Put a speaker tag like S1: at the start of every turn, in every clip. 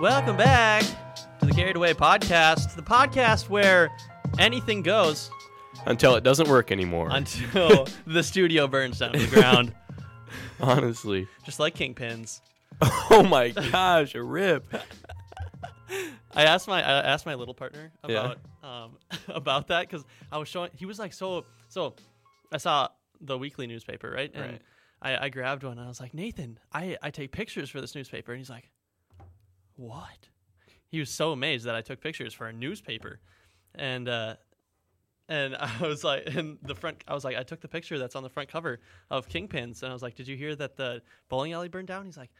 S1: Welcome back to the Carried Away podcast, the podcast where anything goes
S2: until it doesn't work anymore.
S1: until the studio burns down to the ground,
S2: honestly.
S1: just like kingpins.
S2: Oh my gosh, a rip.
S1: I asked my I asked my little partner
S2: Yeah.
S1: about um, about that because I was showing he was like so so I saw the weekly newspaper right and
S2: Right.
S1: I, I grabbed one and I was like Nathan I I take pictures for this newspaper and he's like what he was so amazed that I took pictures for a newspaper and uh, and I was like and the front I was like I took the picture that's on the front cover of Kingpins and I was like did you hear that the bowling alley burned down he's like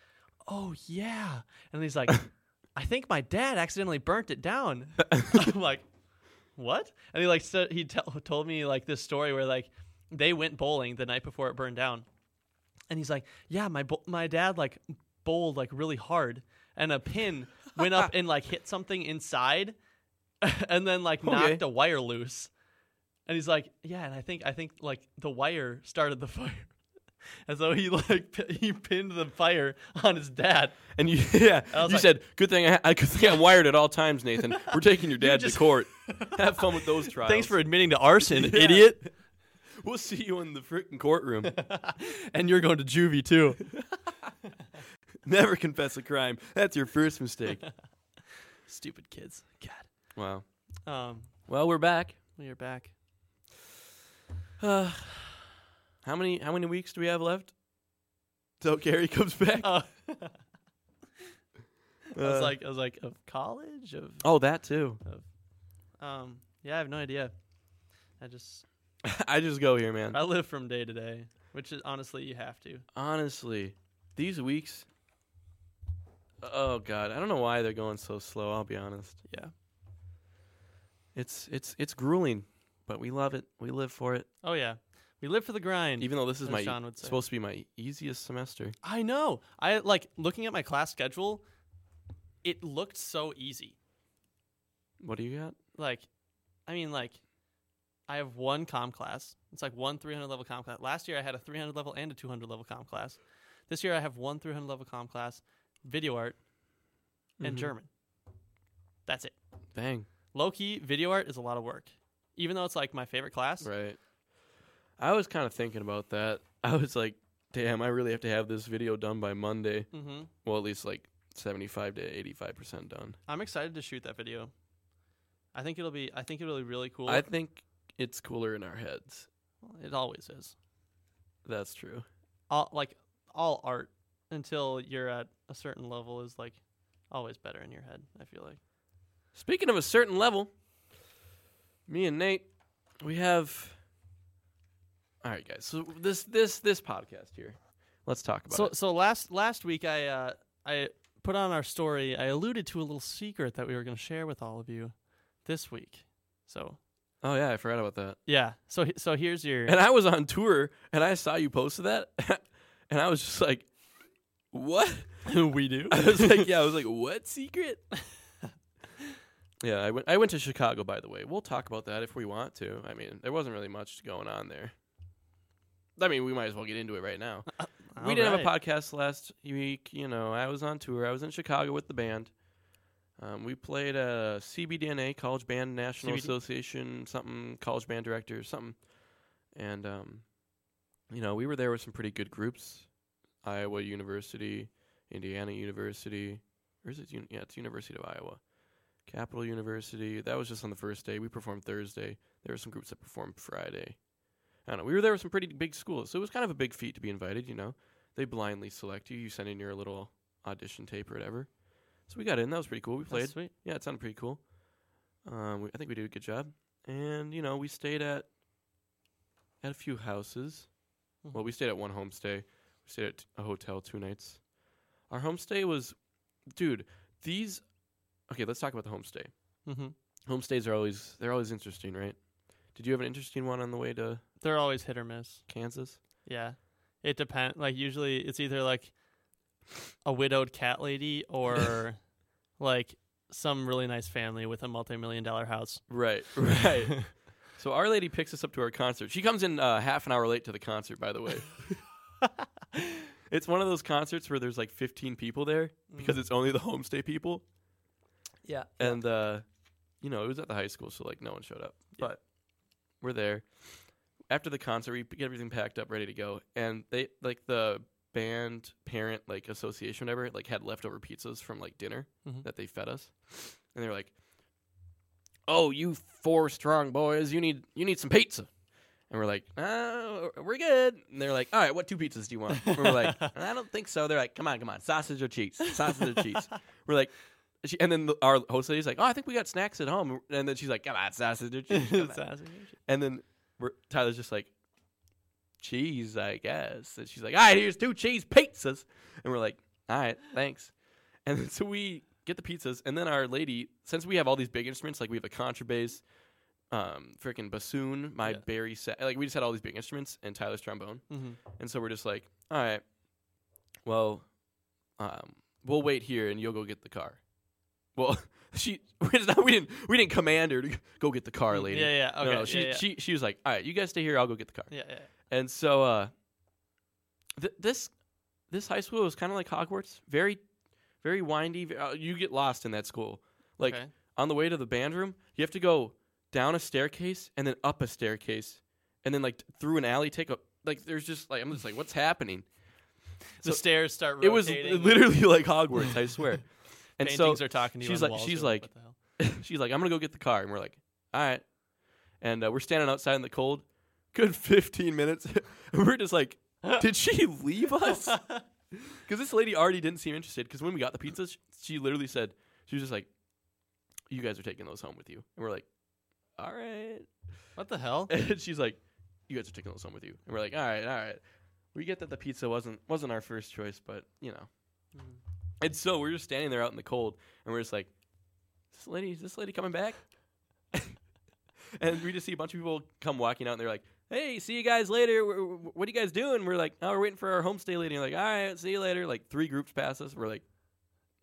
S1: oh yeah and he's like i think my dad accidentally burnt it down i'm like what and he like so he tell told me like this story where like they went bowling the night before it burned down and he's like yeah my bo- my dad like bowled like really hard and a pin went up and like hit something inside and then like knocked
S2: Okay.
S1: a wire loose and he's like yeah and i think i think like the wire started the fire and so he like p- he pinned the fire on his dad.
S2: And you, yeah,
S1: I
S2: you
S1: was like-
S2: said, good thing I, ha- I, good thing I'm wired at all times, Nathan. We're taking your dad
S1: just-
S2: to court. Have fun with those trials.
S1: Thanks for admitting to arson,
S2: Yeah.
S1: idiot.
S2: We'll see you in the freaking courtroom.
S1: And you're going to juvie too.
S2: Never confess a crime. That's your first mistake.
S1: Stupid kids. God.
S2: Wow.
S1: Um,
S2: Well, we're back.
S1: we are back.
S2: Uh, how many how many weeks do we have left? Till Gary comes back.
S1: Uh, I was
S2: Uh,
S1: like, I was like, of college, of
S2: oh, that too.
S1: um, yeah, I have no idea. I just
S2: I just go here, man.
S1: I live from day to day, which is honestly you have to.
S2: honestly, these weeks. Oh God, I don't know why they're going so slow. I'll be honest.
S1: Yeah.
S2: It's it's it's grueling, but we love it. We live for it.
S1: Oh yeah, we live for the grind.
S2: Even though this is
S1: As
S2: my
S1: Sean would say.
S2: supposed to be my easiest semester.
S1: I know. I like looking at my class schedule. It looked so easy.
S2: What do you got?
S1: like I mean like I have one comm class. It's like one 300 level comm class. Last year I had a 300 level and a 200 level comm class. This year I have one 300 level comm class, video art, and
S2: Mhm.
S1: German. That's it.
S2: Bang.
S1: Low key, video art is a lot of work. Even though it's like my favorite class,
S2: Right. I was kind of thinking about that. I was like, damn, I really have to have this video done by Monday.
S1: hmm
S2: Well, at least like seventy-five to eighty-five percent done.
S1: I'm excited to shoot that video. I think it'll be. I think it'll be really cool.
S2: I think it's cooler in our heads.
S1: it always is.
S2: That's true.
S1: All, like all art until you're at a certain level is like always better in your head. I feel like.
S2: Speaking of a certain level, me and Nate, we have. All right, guys. So this this this podcast here, let's talk about
S1: So
S2: it.
S1: so last last week I uh, I put on our story. I alluded to a little secret that we were going to share with all of you this week. So
S2: Oh yeah, I forgot about that.
S1: yeah. So he- so here's your
S2: And I was on tour, and I saw you post that, and I was just like, "What?"
S1: we do.
S2: I was like, "Yeah." I was like, "What secret?" yeah, I went. I went to Chicago, by the way. We'll talk about that if we want to. I mean, there wasn't really much going on there. I mean, we might as well get into it right now. we didn't have a podcast last week. You know, I was on tour. I was in Chicago with the band. Um, we played a CBDNA College Band National
S1: CBD.
S2: Association something College Band Director something, and um, you know we were there with some pretty good groups: Iowa University, Indiana University, or is it? Un- yeah, it's University of Iowa, Capital University. That was just on the first day. We performed Thursday. There were some groups that performed Friday. I don't know. We were there with some pretty big schools, so it was kind of a big feat to be invited. You know, they blindly select you. You send in your little audition tape or whatever. So we got in. That was pretty cool. We played.
S1: That's sweet.
S2: Yeah, it sounded pretty cool. Um, we, I think we did a good job, and you know, we stayed at at a few houses.
S1: Mhm.
S2: Well, we stayed at one homestay. We stayed at a hotel two nights. Our homestay was, dude. These, okay. Let's talk about the homestay.
S1: hmm
S2: Homestays are always they're always interesting, right? Did you have an interesting one on the way to
S1: They're always hit or miss.
S2: Kansas?
S1: Yeah, it depends. Like usually it's either like a widowed cat lady or like some really nice family with a multi-million dollar house.
S2: Right, right. so our lady picks us up to our concert. She comes in uh, half an hour late to the concert, by the way. it's one of those concerts where there's like 15 people there because it's only the homestay people.
S1: Mm. Yeah.
S2: and uh, you know it was at the high school, so like no one showed up.
S1: Yeah.
S2: But we're there after the concert. We get everything packed up, ready to go, and they like the band parent like association whatever like had leftover pizzas from like dinner
S1: Mhm.
S2: that they fed us, and they were like, "Oh, you four strong boys, you need you need some pizza." And we're like, oh, we're good. And they're like, all right, what two pizzas do you want? And we're like, I don't think so. They're like, come on, come on, sausage or cheese, sausage or cheese. We're like, she, and then the, our host lady's like, "Oh, I think we got snacks at home." And then she's like, "Come on, sausage." and cheese, come on." and then we're, Tyler's just like, "Cheese, I guess." And she's like, "All right, here's two cheese pizzas." And we're like, "All right, thanks." And then, so we get the pizzas, and then our lady, since we have all these big instruments, like we have a contrabass, um, freaking bassoon, my
S1: Yeah.
S2: Barry set, like we just had all these big instruments, and Tyler's trombone.
S1: hmm
S2: And so we're just like, all right, well, um, we'll wait here and you'll go get the car. Well, she it's not, we didn't we didn't command her to go get the car, lady.
S1: Mm, Yeah, yeah.
S2: No,
S1: Okay.
S2: no, she,
S1: yeah, yeah.
S2: she she was like, all right, you guys stay here, I'll go get the car.
S1: yeah, yeah.
S2: And so uh, th- this this high school was kind of like Hogwarts, very very windy. ve- Uh, you get lost in that school. Like
S1: okay.
S2: on the way to the band room, you have to go down a staircase and then up a staircase and then like through an alley take a like there's just like I'm just like what's happening?
S1: the
S2: so
S1: stairs start
S2: It was
S1: rotating.
S2: literally like Hogwarts, I swear. And so
S1: paintings are talking to you.
S2: she's
S1: on the
S2: like-
S1: walls,
S2: she's
S1: you're
S2: like-
S1: what the hell?
S2: she's like I'm going to go get the car and we're like all right. And uh, we're standing outside in the cold good 15 minutes. and we're just like did she leave us? Cuz this lady already didn't seem interested cuz when we got the pizzas sh- she literally said she was just like you guys are taking those home with you. And we're like all right.
S1: what the hell?
S2: And she's like, "You guys are taking this home with you." And we're like, "All right, all right." We get that the pizza wasn't wasn't our first choice, but you know.
S1: Mhm.
S2: And so we're just standing there out in the cold, and we're just like, "This lady, is this lady coming back?" and we just see a bunch of people come walking out, and they're like, "Hey, see you guys later. Wh- wh- What are you guys doing?" We're like, "Oh, we're waiting for our homestay lady." And like, "All right, see you later." Like three groups pass us. We're like,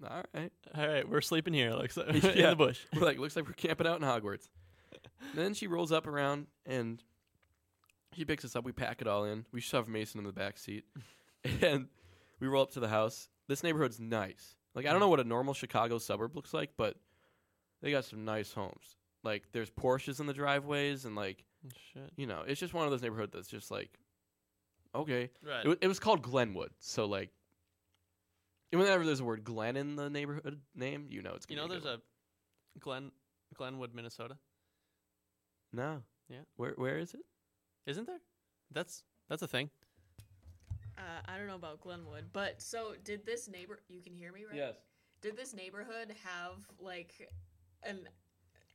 S2: "All right."
S1: All right, we're sleeping here. Looks like in
S2: Yeah.
S1: the bush.
S2: We're like, looks like we're camping out in Hogwarts. And then she rolls up around and she picks us up. We pack it all in. We shove Mason in the back seat, and we roll up to the house. This neighborhood's nice. Like
S1: Mm.
S2: I don't know what a normal Chicago suburb looks like, but they got some nice homes. Like there's Porsches in the driveways, and like
S1: Shit.
S2: you know, it's just one of those neighborhoods that's just like, okay. It,
S1: Right.
S2: wa- it was called Glenwood, so like, whenever there's a word Glen in the neighborhood name, you know it's
S1: you
S2: gonna
S1: know,
S2: be a good
S1: there's a Glen Glenwood, Minnesota.
S2: No.
S1: Yeah.
S2: Where where is it?
S1: Isn't there? That's that's a thing.
S3: Uh, I don't know about Glenwood, but so did this neighbor? You can hear me, right? Did this neighborhood have like an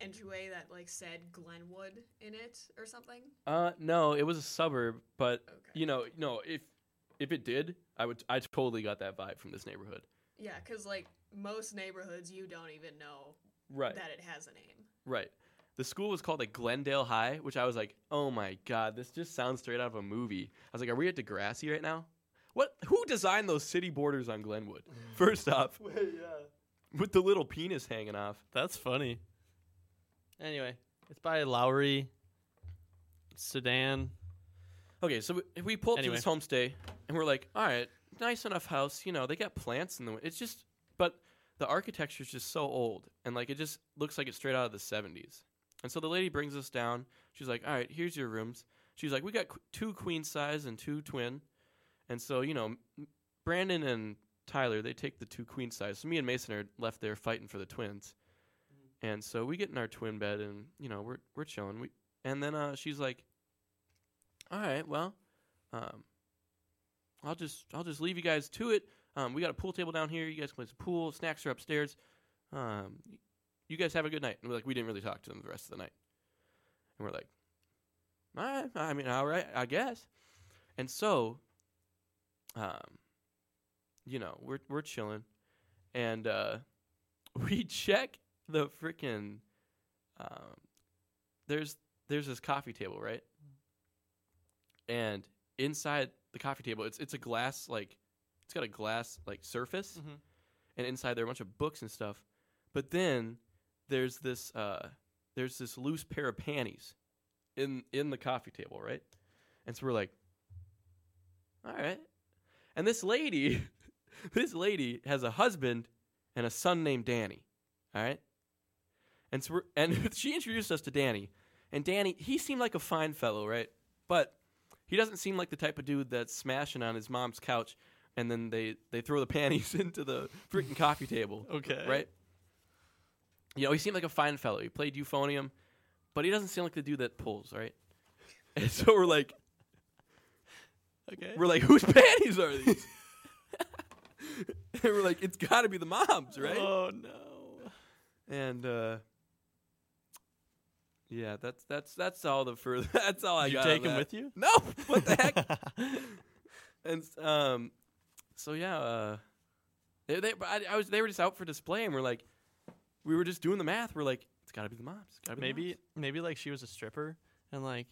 S3: entryway that like said Glenwood in it or something?
S2: Uh no, it was a suburb, but
S3: Okay.
S2: you know, no, if if it did, I would I totally got that vibe from this neighborhood.
S3: Yeah, because like most neighborhoods, you don't even know
S2: Right.
S3: that it has a name.
S2: Right. The school was called like Glendale High, which I was like, "Oh my god, this just sounds straight out of a movie." I was like, "Are we at Degrassi right now?" What who designed those city borders on Glenwood?
S3: Mm.
S2: First off, with the little penis hanging off.
S1: That's funny. Anyway, it's by Lowry Sedan.
S2: Okay, so we, we pull up
S1: Anyway.
S2: to this homestay and we're like, all right, nice enough house. You know, they got plants in the. It's just, but the architecture's just so old and like it just looks like it's straight out of the 70s. And so the lady brings us down. She's like, all right, here's your rooms. She's like, we got qu- two queen size and two twin. And so, you know, m- Brandon and Tyler, they take the two queen size. So me and Mason are left there fighting for the twins. And so we get in our twin bed and, you know, we're, we're chilling. We, and then uh, she's like, all right, well, um, I'll just I'll just leave you guys to it. Um, we got a pool table down here. You guys can play some pool. Snacks are upstairs. Um, you guys have a good night. And we're like, we didn't really talk to them the rest of the night. And we're like, all right. I mean, all right, I guess. And so, um, you know, we're we're chilling, and uh, we check the freaking um, there's there's this coffee table right, and inside the coffee table it's it's a glass like it's got a glass like surface and inside there are a bunch of books and stuff. But then there's this uh, there's this loose pair of panties in in the coffee table, right? And so we're like, all right. And this lady, this lady has a husband and a son named Danny. All right, And so we're, and she introduced us to Danny. And Danny, he seemed like a fine fellow, right? But he doesn't seem like the type of dude that's smashing on his mom's couch and then they, they throw the panties into the freaking coffee table.
S1: Okay.
S2: Right? You know, he seemed like a fine fellow. He played euphonium, but he doesn't seem like the dude that pulls, right? And so we're like,
S1: Okay.
S2: we're like, whose panties are these? and we're like, it's got to be the mom's, right?
S1: Oh no.
S2: and uh, yeah, that's that's that's all the further. That's all I
S1: Did you
S2: got.
S1: take
S2: on
S1: him
S2: that.
S1: with you?
S2: No, what the heck? and um, so yeah, uh, they they but I, I was they were just out for display, and we're like, we were just doing the math. We're like, it's got to be the moms. It's gotta be the
S1: maybe
S2: moms.
S1: maybe like she was a stripper and like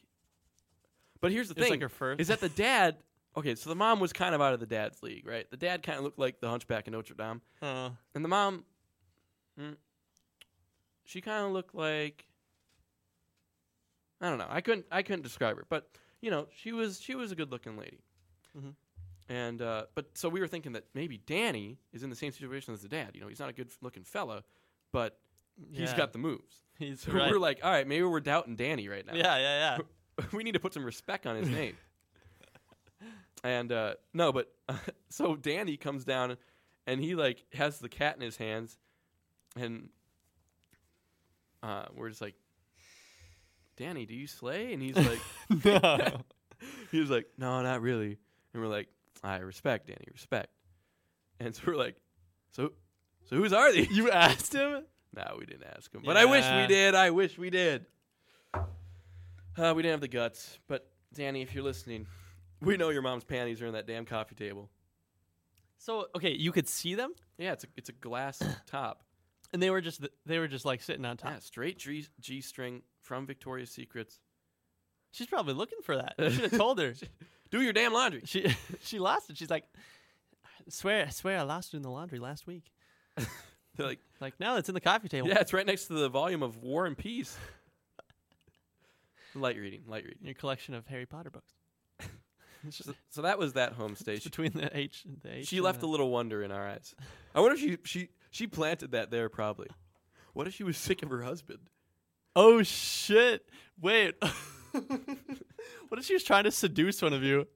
S2: But here's the
S1: it was
S2: thing:
S1: like her first.
S2: is that the dad? Okay, so the mom was kind of out of the dad's league, right? The dad kind of looked like the Hunchback in Notre Dame,
S1: Uh,
S2: and the mom, mm, she kind of looked like I don't know. I couldn't I couldn't describe her, but you know, she was she was a good looking lady.
S1: Mhm.
S2: And uh, but so we were thinking that maybe Danny is in the same situation as the dad. You know, he's not a good looking fella, but he's
S1: yeah.
S2: got the moves.
S1: He's
S2: So
S1: right.
S2: we're like, all right, maybe we're doubting Danny right now
S1: yeah, yeah, yeah.
S2: we need to put some respect on his name. and uh, no, but so Danny comes down and he like has the cat in his hands, and uh, we're just like, Danny, do you slay? And he's like,
S1: no.
S2: he was like, no, not really. And we're like, I respect Danny, respect. And so we're like, so, so whose are these?
S1: You asked him?
S2: No, we didn't ask him. But I wish we
S1: Yeah.
S2: did. I wish we did. Uh, we didn't have the guts. But Danny, if you're listening, we know your mom's panties are in that damn coffee table.
S1: So okay, you could see them,
S2: Yeah, it's a it's a glass top.
S1: and they were just th- they were just like sitting on top.
S2: Yeah, straight G G string from Victoria's Secrets.
S1: She's probably looking for that. I should have told her.
S2: Do your damn laundry.
S1: She she lost it. She's like, I swear, I swear, I lost it in the laundry last week.
S2: They're like,
S1: Like, no, it's in the coffee table.
S2: yeah, it's right next to the volume of War and Peace. light reading, light reading.
S1: Your collection of Harry Potter books. It's
S2: So, so that was that home station.
S1: between the H and the H.
S2: She
S1: and
S2: left a
S1: the,
S2: little wonder in our eyes. I wonder if she she she planted that there probably. What if she was sick of her husband?
S1: Oh shit! Wait. what if she was trying to seduce one of you?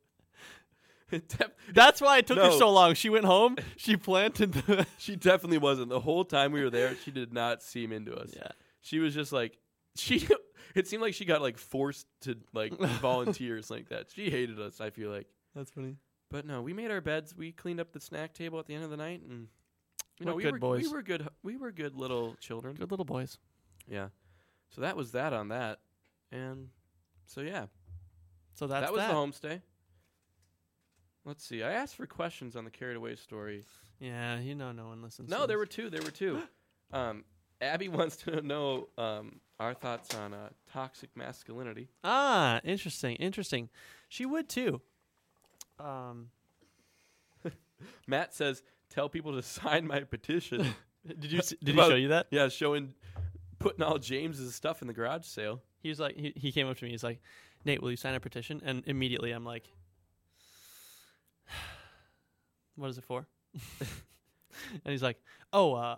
S2: Def-
S1: That's why it took her
S2: No.
S1: so long. She went home. She planted the.
S2: she definitely wasn't. The whole time we were there, she did not seem into us.
S1: yeah.
S2: She was just like she. It seemed like she got like forced to like volunteers like that. She hated us. I feel like.
S1: That's funny.
S2: But no, we made our beds. We cleaned up the snack table at the end of the night, and you know
S1: We're
S2: we
S1: good
S2: were
S1: boys.
S2: we were good we were good little children.
S1: Good little boys.
S2: Yeah. So that was that on that, and so yeah.
S1: So that's
S2: that was the homestay. Let's see. I asked for questions on the carried away story.
S1: Yeah, you know, no one listens.
S2: No,
S1: to
S2: there
S1: this.
S2: were two. There were two. Um, Abby wants to know um, our thoughts on uh, toxic masculinity.
S1: Ah, interesting, interesting. She would too. Um,
S2: Matt says, "Tell people to sign my petition."
S1: did you s- did he
S2: About-
S1: show you that?
S2: yeah, showing putting all James's stuff in the garage sale.
S1: He was like, he, he came up to me. He's like, Nate, will you sign a petition? And immediately, I'm like, what is it for? and he's like, oh, uh,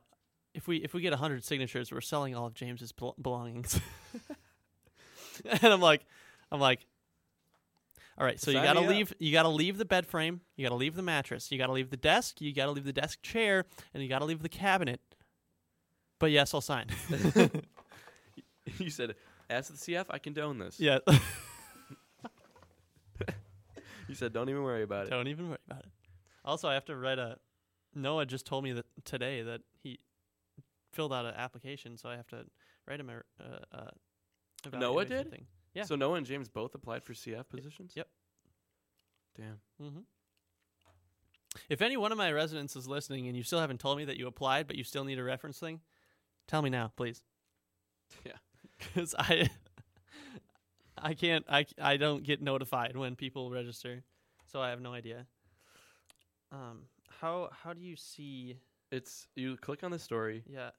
S1: if we if we get hundred signatures, we're selling all of James's bel- belongings. and I'm like, I'm like, all right. So you
S2: Sign
S1: gotta
S2: me up."
S1: leave. You gotta leave the bed frame. You gotta leave the mattress. You gotta leave the desk. You gotta leave the desk chair, and you gotta leave the cabinet. But yes, I'll sign.
S2: you said, "As to the CF, I condone this."
S1: yeah.
S2: You said, "Don't even worry about it."
S1: Don't even worry about it. Also, I have to write a. Noah just told me that today that he filled out an application, so I have to write him a. Uh, uh,
S2: Noah
S1: evaluation
S2: did?
S1: Thing. Yeah.
S2: So Noah and James both applied for CF positions.
S1: Yep.
S2: Damn.
S1: Mm-hmm. If any one of my residents is listening and you still haven't told me that you applied, but you still need a reference thing, tell me now, please.
S2: Yeah.
S1: Because I. I can't. I, c- I don't get notified when people register, so I have no idea. Um, how how do you see?
S2: It's you click on the story,
S1: Yeah.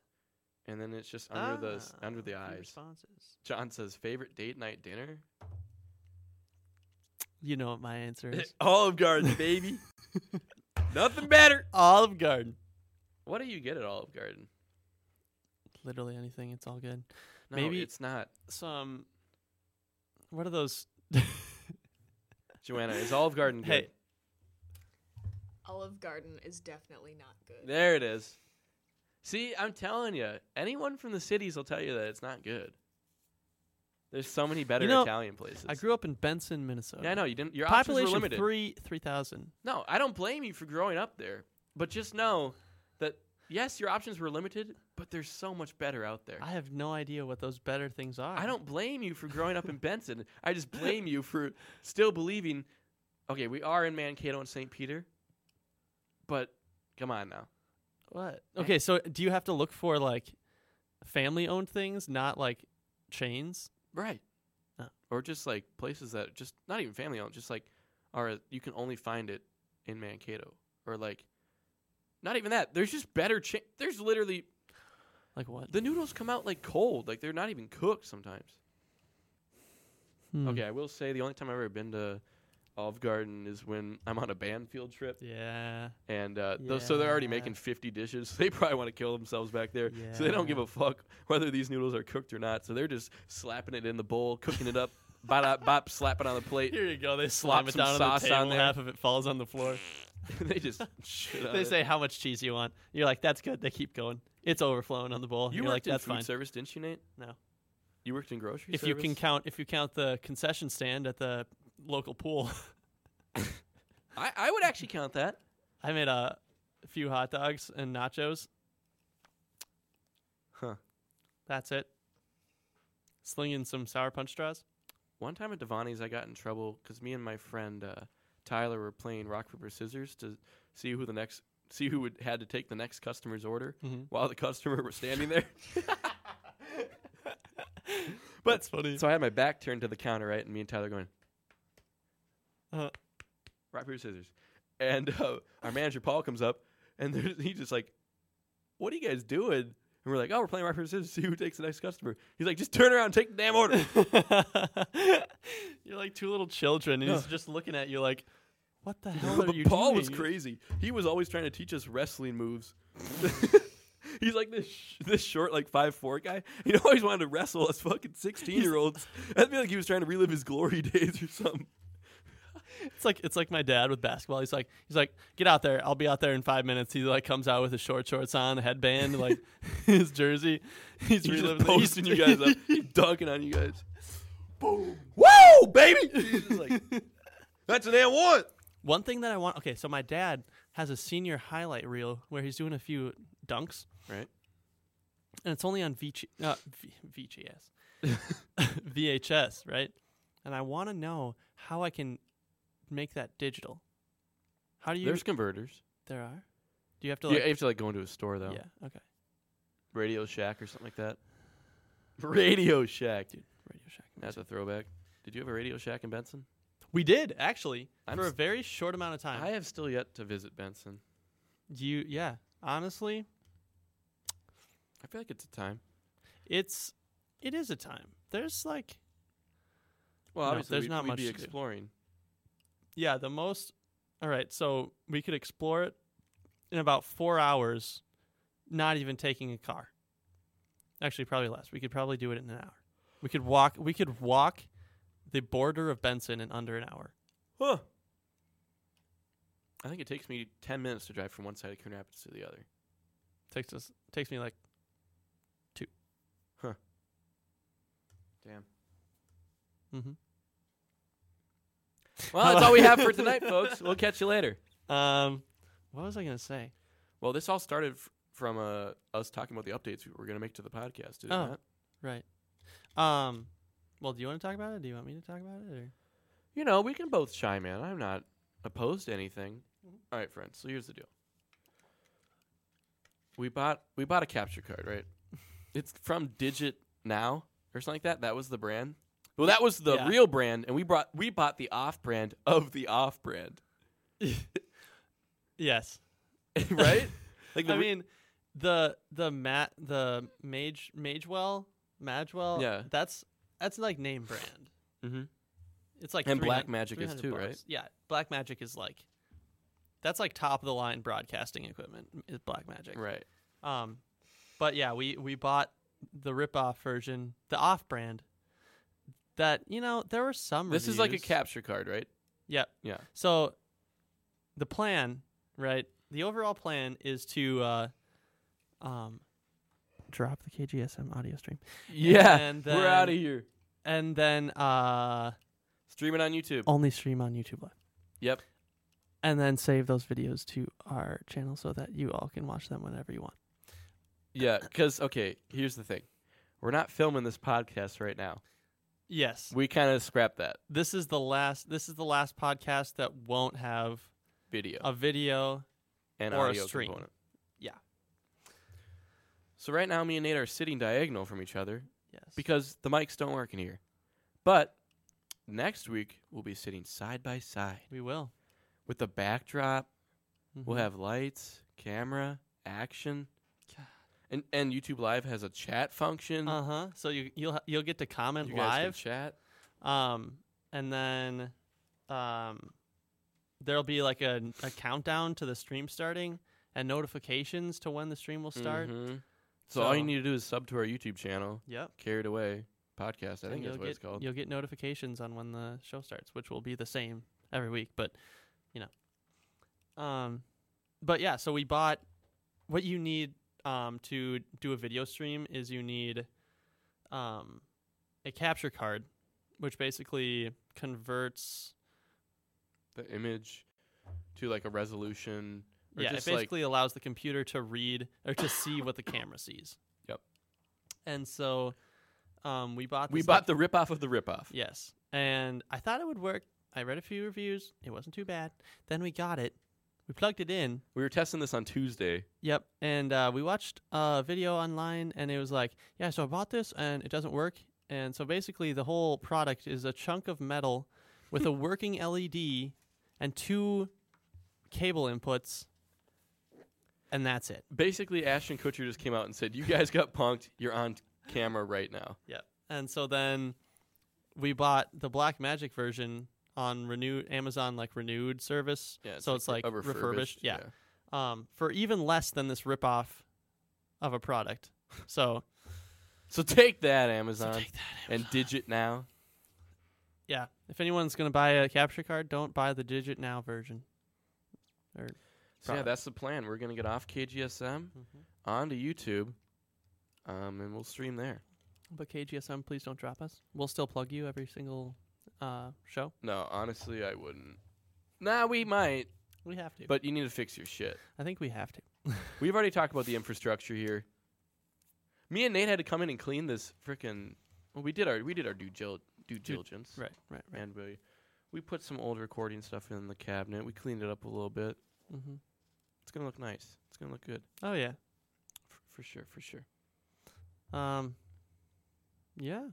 S2: and then it's just under the s-
S1: Ah,
S2: under the
S1: few
S2: eyes.
S1: Responses.
S2: John says favorite date night dinner.
S1: You know what my answer is.
S2: Olive Garden, baby. Nothing better.
S1: Olive Garden.
S2: What do you get at Olive Garden?
S1: literally anything. It's all good.
S2: No,
S1: Maybe-
S2: it's not.
S1: Some. What are those?
S2: Joanna, is Olive Garden good?
S1: Hey.
S3: Olive Garden is definitely not good.
S2: There it is. See, I'm telling you, anyone from the cities will tell you that it's not good. There's so many better
S1: know,
S2: Italian places.
S1: I grew up in Benson, Minnesota.
S2: Yeah, I know you didn't. Your options were
S1: Population
S2: limited.
S1: three three thousand.
S2: No, I don't blame you for growing up there, but just know that yes, your options were limited, but there's so much better out there.
S1: I have no idea what those better things are.
S2: I don't blame you for growing up in Benson. I just blame you for still believing. Okay, we are in Mankato and St. Peter, but come on now.
S1: What? Okay, so do you have to look for like family-owned things, not like chains?
S2: Right.
S1: Oh.
S2: Uh, Or just like places that just not even family owned, just like are you can only find it in Mankato or like not even that. There's just better cha- there's literally
S1: Like what?
S2: the noodles come out like cold, like they're not even cooked sometimes.
S1: Hmm.
S2: Okay, I will say the only time I've ever been to Olive Garden is when I'm on a band field trip,
S1: Yeah.
S2: and uh, tho- so they're already
S1: Yeah.
S2: making 50 dishes. So they probably want to kill themselves back there, so they don't give
S1: Yeah.
S2: a fuck whether these noodles are cooked or not. So they're just slapping it in the bowl, cooking it up, bop bop, slapping on the plate.
S1: Here you go. They
S2: slap
S1: slam it
S2: some
S1: down on
S2: sauce
S1: the
S2: on
S1: table.
S2: there.
S1: Half of it falls on the floor.
S2: they just shit on
S1: they
S2: it.
S1: say how much cheese you want. You're like, that's good. They keep going. It's overflowing on the bowl.
S2: you
S1: are
S2: worked
S1: "Oh, like,
S2: in
S1: that's
S2: food
S1: fine.
S2: service, didn't you, Nate?
S1: No.
S2: You worked in grocery.
S1: If you can count, if you count the concession stand at the local pool,
S2: I, I would actually count that.
S1: I made a few hot dogs and nachos.
S2: Huh.
S1: That's it. Slinging some sour punch straws.
S2: One time at Devani's, I got in trouble because me and my friend uh, Tyler were playing rock paper scissors to see who the next see who would had to take the next customer's order
S1: Mhm.
S2: while the customer was standing there.
S1: But it's funny.
S2: so I had my back turned to the counter, right, and me and Tyler going
S1: Uh-huh.
S2: rock paper scissors, and uh, our manager Paul comes up and there's- he's just like, "What are you guys doing?" And we're like, "Oh, we're playing rock paper scissors. See who takes the next customer." He's like, "Just turn around, and take the damn order."
S1: You're like two little children, and
S2: No.
S1: he's just looking at you like, "What the hell are
S2: but
S1: you
S2: Paul
S1: doing?"
S2: was crazy. He was always trying to teach us wrestling moves. He's like this sh- this short, like five four guy. He always wanted to wrestle us fucking sixteen year olds. I feel like he was trying to relive his glory days or something.
S1: It's like it's like my dad with basketball. He's like he's like, "Get out there! I'll be out there in five minutes." He like comes out with his short shorts on, a headband, like his jersey. He's,
S2: He's just
S1: reliving the-
S2: posting you guys up. He's dunking on you guys. Boom!
S1: Woo,
S2: baby! He's just like, That's an and one.
S1: One thing that I want. Okay, so my dad has a senior highlight reel where he's doing a few dunks,
S2: Right.
S1: and it's only on VG, uh, v, VGS, VHS, right? And I want to know how I can make that digital. How do you?
S2: There's converters.
S1: there are. Do you have to
S2: Yeah, you
S1: like?
S2: have to like go into a store though.
S1: yeah. Okay.
S2: Radio Shack or something like that. Radio Shack, dude.
S1: Radio Shack.
S2: That's a throwback. Did you have a Radio Shack in Benson?
S1: We did actually
S2: I'm
S1: for a
S2: s-
S1: very short amount of time.
S2: I have still yet to visit Benson.
S1: you yeah. Honestly,
S2: I feel like it's a time.
S1: it's it is a time. There's like
S2: Well,
S1: No,
S2: obviously,
S1: there's
S2: we'd,
S1: not
S2: we'd
S1: much
S2: be
S1: to do.
S2: exploring.
S1: yeah, the most. All right, so we could explore it in about four hours, not even taking a car. Actually, probably less. We could probably do it in an hour. We could walk. We could walk the border of Benson in under an hour.
S2: Huh. I think it takes me 10 minutes to drive from one side of Coon Rapids to the other.
S1: Takes us. Takes me like.
S2: Damn.
S1: hmm
S2: Well, that's all we have for tonight, folks. We'll catch you later.
S1: Um, what was I gonna say?
S2: Well, this all started f- from uh, us talking about the updates we were going to make to the podcast, did it
S1: Oh.
S2: not?
S1: Right. Um. Well, do you want to talk about it? Do you want me to talk about it? Or
S2: You know, we can both chime in. I'm not opposed to anything. All right, friends. So here's the deal. We bought we bought a capture card, right? it's from Digit Now or something like that. That was the brand. Well, that was the
S1: Yeah.
S2: real brand, and we brought we bought the off brand of the off brand,
S1: yes.
S2: right? like the
S1: I
S2: re-
S1: mean, the the mat the mage magewell magewell.
S2: Yeah.
S1: that's that's like name brand.
S2: Mhm.
S1: It's like
S2: And
S1: 300
S2: Black Magic is
S1: 300
S2: too,
S1: bucks.
S2: right?
S1: Yeah, black magic is like that's like top of the line broadcasting equipment. Is black magic
S2: right.
S1: Um, But yeah, we we bought the ripoff version, the off brand. That you know, there were some.
S2: This is like a
S1: reviews-
S2: capture card, right?
S1: Yep.
S2: Yeah.
S1: So, the plan, right? The overall plan is to, uh, um, drop the KGSM audio stream,
S2: Yeah.
S1: And
S2: we're
S1: then-
S2: out of here.
S1: and then uh,
S2: Stream it on YouTube.
S1: only stream on YouTube Live.
S2: Yep.
S1: And then save those videos to our channel so that you all can watch them whenever you want.
S2: Yeah, because okay, here's the thing: we're not filming this podcast right now.
S1: Yes,
S2: We kind of scrapped that
S1: this is the last. This is the last podcast that won't have
S2: video
S1: a video.
S2: and
S1: or a
S2: audio
S1: stream.
S2: component.
S1: Yeah.
S2: So right now, me and Nate are sitting diagonal from each other
S1: Yes,
S2: because the mics don't work in here. But next week we'll be sitting side by side
S1: we will.
S2: with the backdrop. We'll
S1: Mhm.
S2: have lights, camera, action,
S1: God.
S2: and and YouTube Live has a chat function.
S1: Uh huh. So you you'll ha- you'll get to comment
S2: Mm-hmm. you guys
S1: live.
S2: can chat.
S1: Um, and then, um, there'll be like a, a countdown to the stream starting and notifications to when the stream will start.
S2: Mhm. So, all you
S1: So-
S2: need to do is sub to our YouTube channel,
S1: Yep.
S2: Carried Away Podcast. I
S1: and
S2: think
S1: you'll
S2: that's what
S1: get,
S2: it's called.
S1: You'll get notifications on when the show starts, which will be the same every week, but you know. Um, but yeah, so we bought what you need um to do a video stream is you need um a capture card, which basically converts
S2: the image to like a resolution. Or
S1: yeah, it
S2: just like-
S1: basically allows the computer to read or to see what the camera sees.
S2: Yep.
S1: And so um, we bought. This
S2: we bought the ripoff of the ripoff.
S1: Yes, and I thought it would work. I read a few reviews. It wasn't too bad. Then we got it. We plugged it in.
S2: We were testing this on Tuesday.
S1: Yep. And uh, we watched a video online, and it was like, yeah, so I bought this, and it doesn't work. And so basically, the whole product is a chunk of metal with a working LED and two cable inputs, and that's it.
S2: Basically, Ashton Kutcher just came out and said, "You guys got punked. You're on camera right now."
S1: And so then we bought the Black Magic version on renewed Amazon like renewed service.
S2: Yeah,
S1: so it's like
S2: a
S1: refurbished, yeah. Um for even less than this ripoff of a product. So,
S2: So take that,
S1: so
S2: Amazon,
S1: take that.
S2: and Digit now.
S1: Yeah. If anyone's going to buy a capture card, don't buy the Digit Now version.
S2: So yeah,
S1: Product. Mm-hmm.
S2: that's the plan. We're gonna get off KGSM onto YouTube, um, and we'll stream there.
S1: But KGSM, please don't drop us. We'll still plug you every single uh, show.
S2: No, honestly, I wouldn't. Nah, we might,
S1: We have to.
S2: but you need to fix your shit.
S1: I think we have to.
S2: We've already talked about the infrastructure here. Me and Nate had to come in and clean this frickin' Well, we did our we did our due, gil- due diligence,
S1: Right, right, right.
S2: and we we put some old recording stuff in the cabinet. We cleaned it up a little bit.
S1: hmm
S2: It's gonna look nice. It's gonna look good
S1: Oh yeah.
S2: F- for sure, for sure.
S1: Um. Yeah.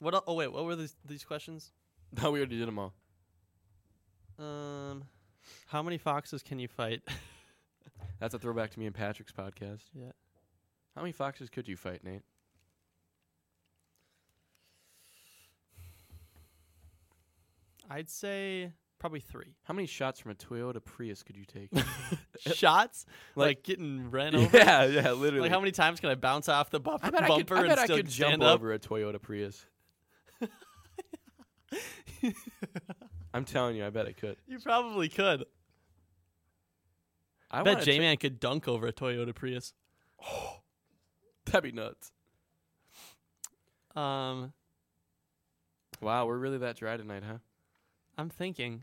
S1: What? el- Oh wait. What were these these questions?
S2: No, we already did them all.
S1: Um. How many foxes can you fight?
S2: That's a throwback to me and Patrick's podcast.
S1: Yeah.
S2: How many foxes could you fight, Nate?
S1: I'd say probably three
S2: How many shots from a Toyota Prius could you take?
S1: shots. Like,
S2: Like-
S1: getting ran over.
S2: yeah, yeah, literally.
S1: Like how many times can I bounce off the bump-
S2: I bet I could,
S1: bumper
S2: I bet
S1: and
S2: I
S1: still
S2: could
S1: stand
S2: jump
S1: up?
S2: over a Toyota Prius. I'm telling you, I bet I could.
S1: You probably could.
S2: I
S1: I
S2: wanna
S1: bet
S2: take-
S1: J Man could dunk over a Toyota Prius.
S2: That'd be nuts.
S1: Um.
S2: Wow, we're really that dry tonight, huh?
S1: I'm thinking.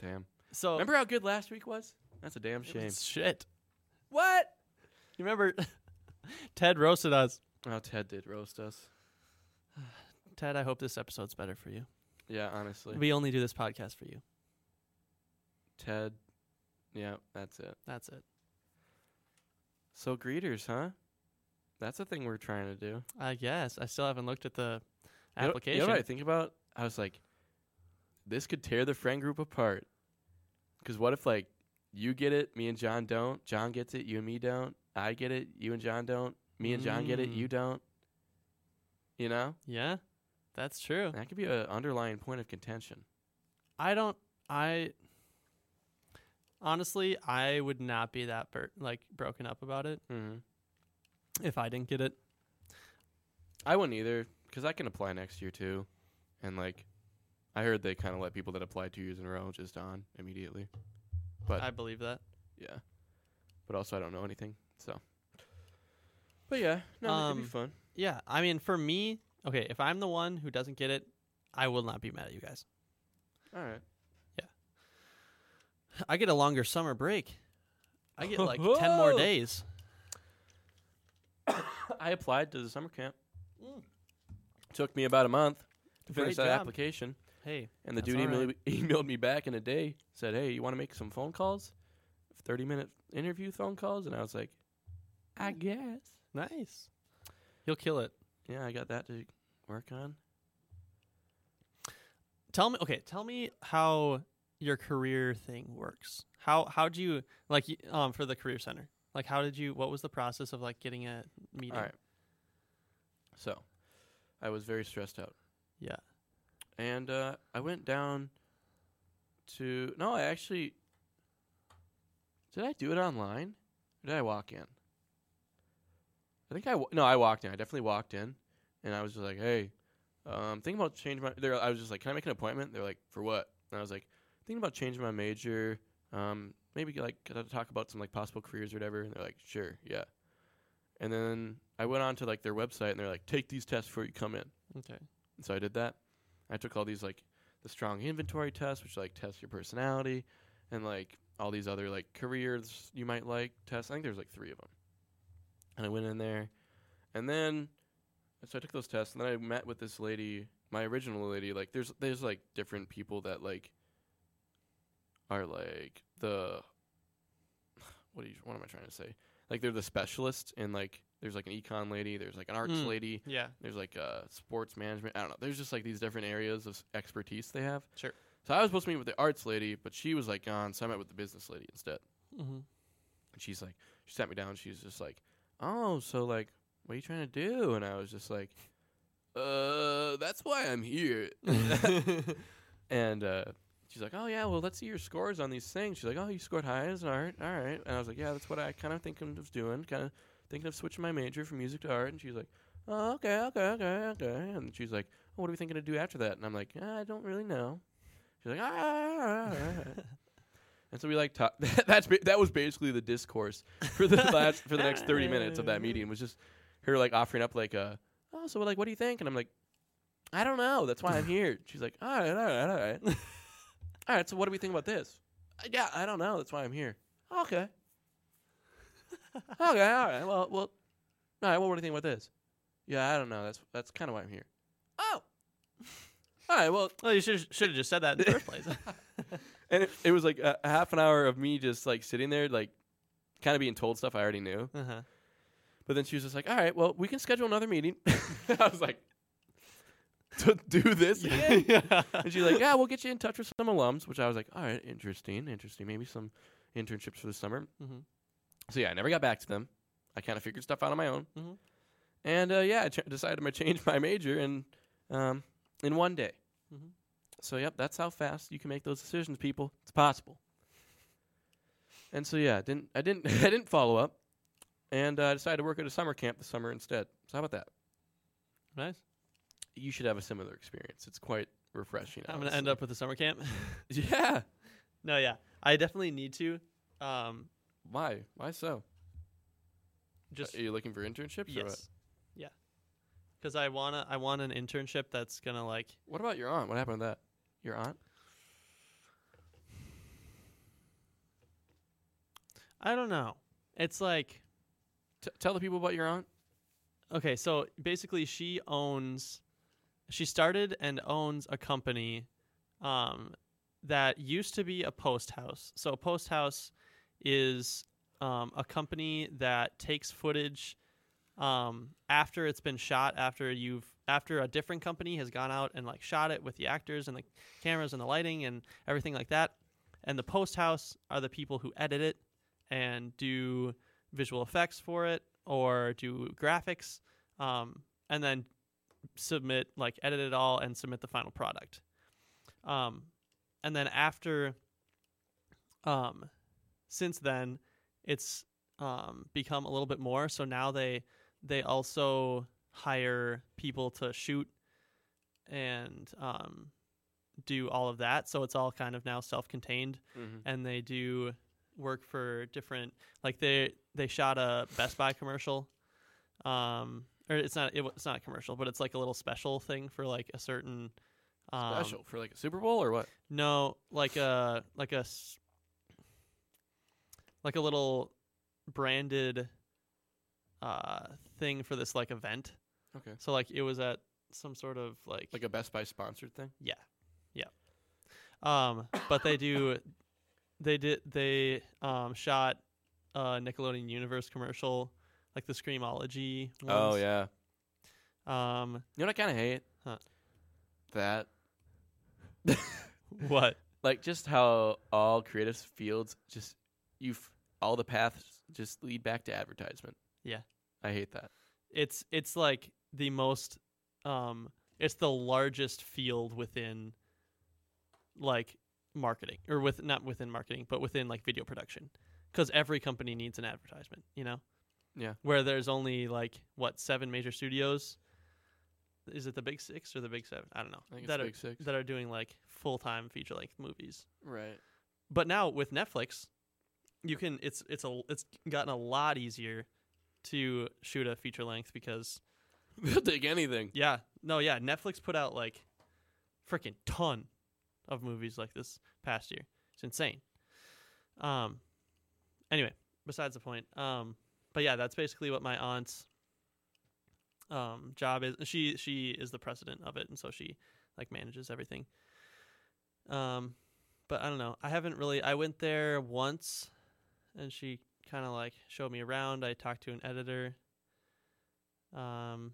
S2: Damn.
S1: So
S2: Remember how good last week was? That's a
S1: Oh. it
S2: damn
S1: was
S2: shame.
S1: Shit.
S2: What?
S1: You remember? Ted roasted us.
S2: Oh, Ted did roast us.
S1: Ted, I hope this episode's better for you.
S2: Yeah, honestly.
S1: We only do this podcast for you.
S2: Ted. Yeah, that's it.
S1: That's it.
S2: So greeters, huh? That's a thing we're trying to do.
S1: I guess. I still haven't looked at the
S2: You know-
S1: application.
S2: You know what I think about? I was like, this could tear the friend group apart. Because what if like you get it, me and John don't. John gets it, you and me don't. I get it, you and John don't. Me and John get it,
S1: Mm.
S2: you don't. You know,
S1: yeah. That's true.
S2: that could be an underlying point of contention.
S1: I don't I honestly I would not be that bur- like broken up about it.
S2: Mm-hmm.
S1: if I didn't get it.
S2: I wouldn't either because I can apply next year too, and like, I heard they kind of let people that apply two years in a row just on immediately. But
S1: I believe that.
S2: yeah, but also I don't know anything, so. But yeah, no, it'd
S1: Um,
S2: be fun.
S1: Yeah, I mean, for me, okay, if I'm the one who doesn't get it, I will not be mad at you guys.
S2: All right.
S1: I get a longer summer break. I get like ten more
S2: Whoa.
S1: days.
S2: I applied to the summer camp. Took me about a month to
S1: Mm. Great
S2: finish that
S1: job.
S2: application,
S1: Hey,
S2: and the
S1: That's
S2: dude
S1: all
S2: emailed, emailed me back in a day. Said, "Hey, you want to make some phone calls? Thirty minute interview phone calls?" And I was like, "I guess."
S1: nice. You'll kill it.
S2: Yeah, I got that to work on.
S1: Tell me, okay, tell me how your career thing works. How how do you like y- um for the career center? Like how did you? What was the process of like getting a meeting?
S2: All right. So, I was very stressed out.
S1: Yeah.
S2: And uh, I went down to. No, I actually. Did I do it online? Or did I walk in? I think I. wa- No, I walked in. I definitely walked in. And I was just like, hey, um, thinking about changing my. They're, I was just like, can I make an appointment? They're like, for what? And I was like, thinking about changing my major. Um, maybe like could I talk about some like possible careers or whatever. And they're like, sure, yeah. And then I went on to like their website and they're like, take these tests before you come in.
S1: Okay.
S2: And so I did that. I took all these like the strong inventory tests, which like test your personality, and like all these other like careers you might like tests. I think there's like three of them. And I went in there, and then so I took those tests, and then I met with this lady, my original lady. Like there's there's like different people that like are like the what do you what am I trying to say? Like they're the specialists, and like there's like an econ lady, there's like an arts
S1: Mm.
S2: lady,
S1: Yeah.
S2: there's like uh, sports management. I don't know. There's just like these different areas of s- expertise they have.
S1: Sure.
S2: So I was supposed to meet with the arts lady, but she was like gone. So I met with the business lady instead.
S1: Mm-hmm.
S2: And she's like, she sat me down. She's just like, oh, so like, what are you trying to do? And I was just like, uh, that's why I'm here. and uh, she's like, oh yeah, well let's see your scores on these things. She's like, oh, you scored high as an art. All right. And I was like, yeah, that's what I kind of thinking of doing. Kind of thinking of switching my major from music to art. And she's like, oh, okay, okay, okay, okay. And she's like, oh, what are we thinking of do after that? And I'm like, "Ah, I don't really know. She's like, ah. all right, all right." And so we like talk. That's ba- that was basically the discourse for the last for the next thirty minutes of that meeting was just her like offering up like a oh so like what do you think and I'm like I don't know that's why I'm here. She's like all right all right all right all right so what do we think about this? "Uh, Yeah I don't know that's why I'm here. Okay. okay all right well well all right well what do you think about this? Yeah I don't know that's that's kind of why I'm here. Oh. All right well
S1: Well, you should should have just said that in the first place.
S2: and it, it was like a, a half an hour of me just like sitting there, like kind of being told stuff I already knew.
S1: uh-huh.
S2: But then she was just like, "All right, well, we can schedule another meeting." I was like, "To do this again?" And she's like, "Yeah, we'll get you in touch with some alums," which I was like, "All right, interesting, interesting. Maybe some internships for the summer."
S1: Mhm.
S2: So yeah, I never got back to them. I kind of figured stuff out on my own,
S1: Mhm.
S2: and uh, yeah, I ch- decided to change my major in um, in one day.
S1: Mhm.
S2: So yep, that's how fast you can make those decisions, people. It's possible. And so yeah, I didn't I didn't I didn't follow up, and uh, I decided to work at a summer camp this summer instead. So how about that?
S1: Nice.
S2: You should have a similar experience. It's quite refreshing.
S1: I'm gonna end up with a summer camp.
S2: honestly. Yeah.
S1: no, yeah, I definitely need to. Um,
S2: Why? Why so?
S1: just
S2: Are you looking Uh, for internships? Or what?
S1: yes, yeah, because I wanna I want an internship that's gonna like
S2: what about your aunt? What happened to that? Your aunt?
S1: I don't know. It's like
S2: T- tell the people about your aunt.
S1: okay, so basically she owns, she started and owns a company, um, that used to be a post house. So a post house is um, a company that takes footage um, after it's been shot after you've after a different company has gone out and like shot it with the actors and the cameras and the lighting and everything like that and the post house are the people who edit it and do visual effects for it or do graphics um, and then submit like edit it all and submit the final product um, and then after um, since then it's um, become a little bit more so now they they also hire people to shoot and um, do all of that. So it's all kind of now self-contained,
S2: Mhm.
S1: and they do work for different. Like they they shot a Best Buy commercial, um, or it's not it, wa- it's not a commercial, but it's like a little special thing for like a certain um,
S2: Special for like a Super Bowl or what?
S1: no, like a like a s- like a little branded uh thing for this like event.
S2: Okay.
S1: So like it was at some sort of like
S2: Like a Best Buy sponsored thing.
S1: yeah. Yeah. Um but they do they did they um shot a Nickelodeon Universe commercial like the Screamology
S2: Oh
S1: ones.
S2: yeah.
S1: Um
S2: You know what I kind of hate?
S1: Huh.
S2: That
S1: what?
S2: like just how all creative fields just you have all the paths just lead back to advertisement.
S1: Yeah.
S2: I hate that.
S1: it's it's like the most um it's the largest field within like marketing or with not within marketing but within like video production because every company needs an advertisement you know
S2: Yeah.
S1: where there's only like what seven major studios is it the big six or the big seven i don't know
S2: I think it's
S1: that are
S2: Big Six.
S1: that are doing like full-time feature length movies
S2: right.
S1: but now with Netflix, you can it's it's a it's gotten a lot easier to shoot a feature length because
S2: They'll take anything.
S1: yeah, no, yeah, Netflix put out like freaking ton of movies like this past year. It's insane. Um anyway, besides the point. Um but yeah, that's basically what my aunt's um job is. She she is the president of it and so she like manages everything. Um but I don't know. I haven't really I went there once and she kind of like showed me around. I talked to an editor. Um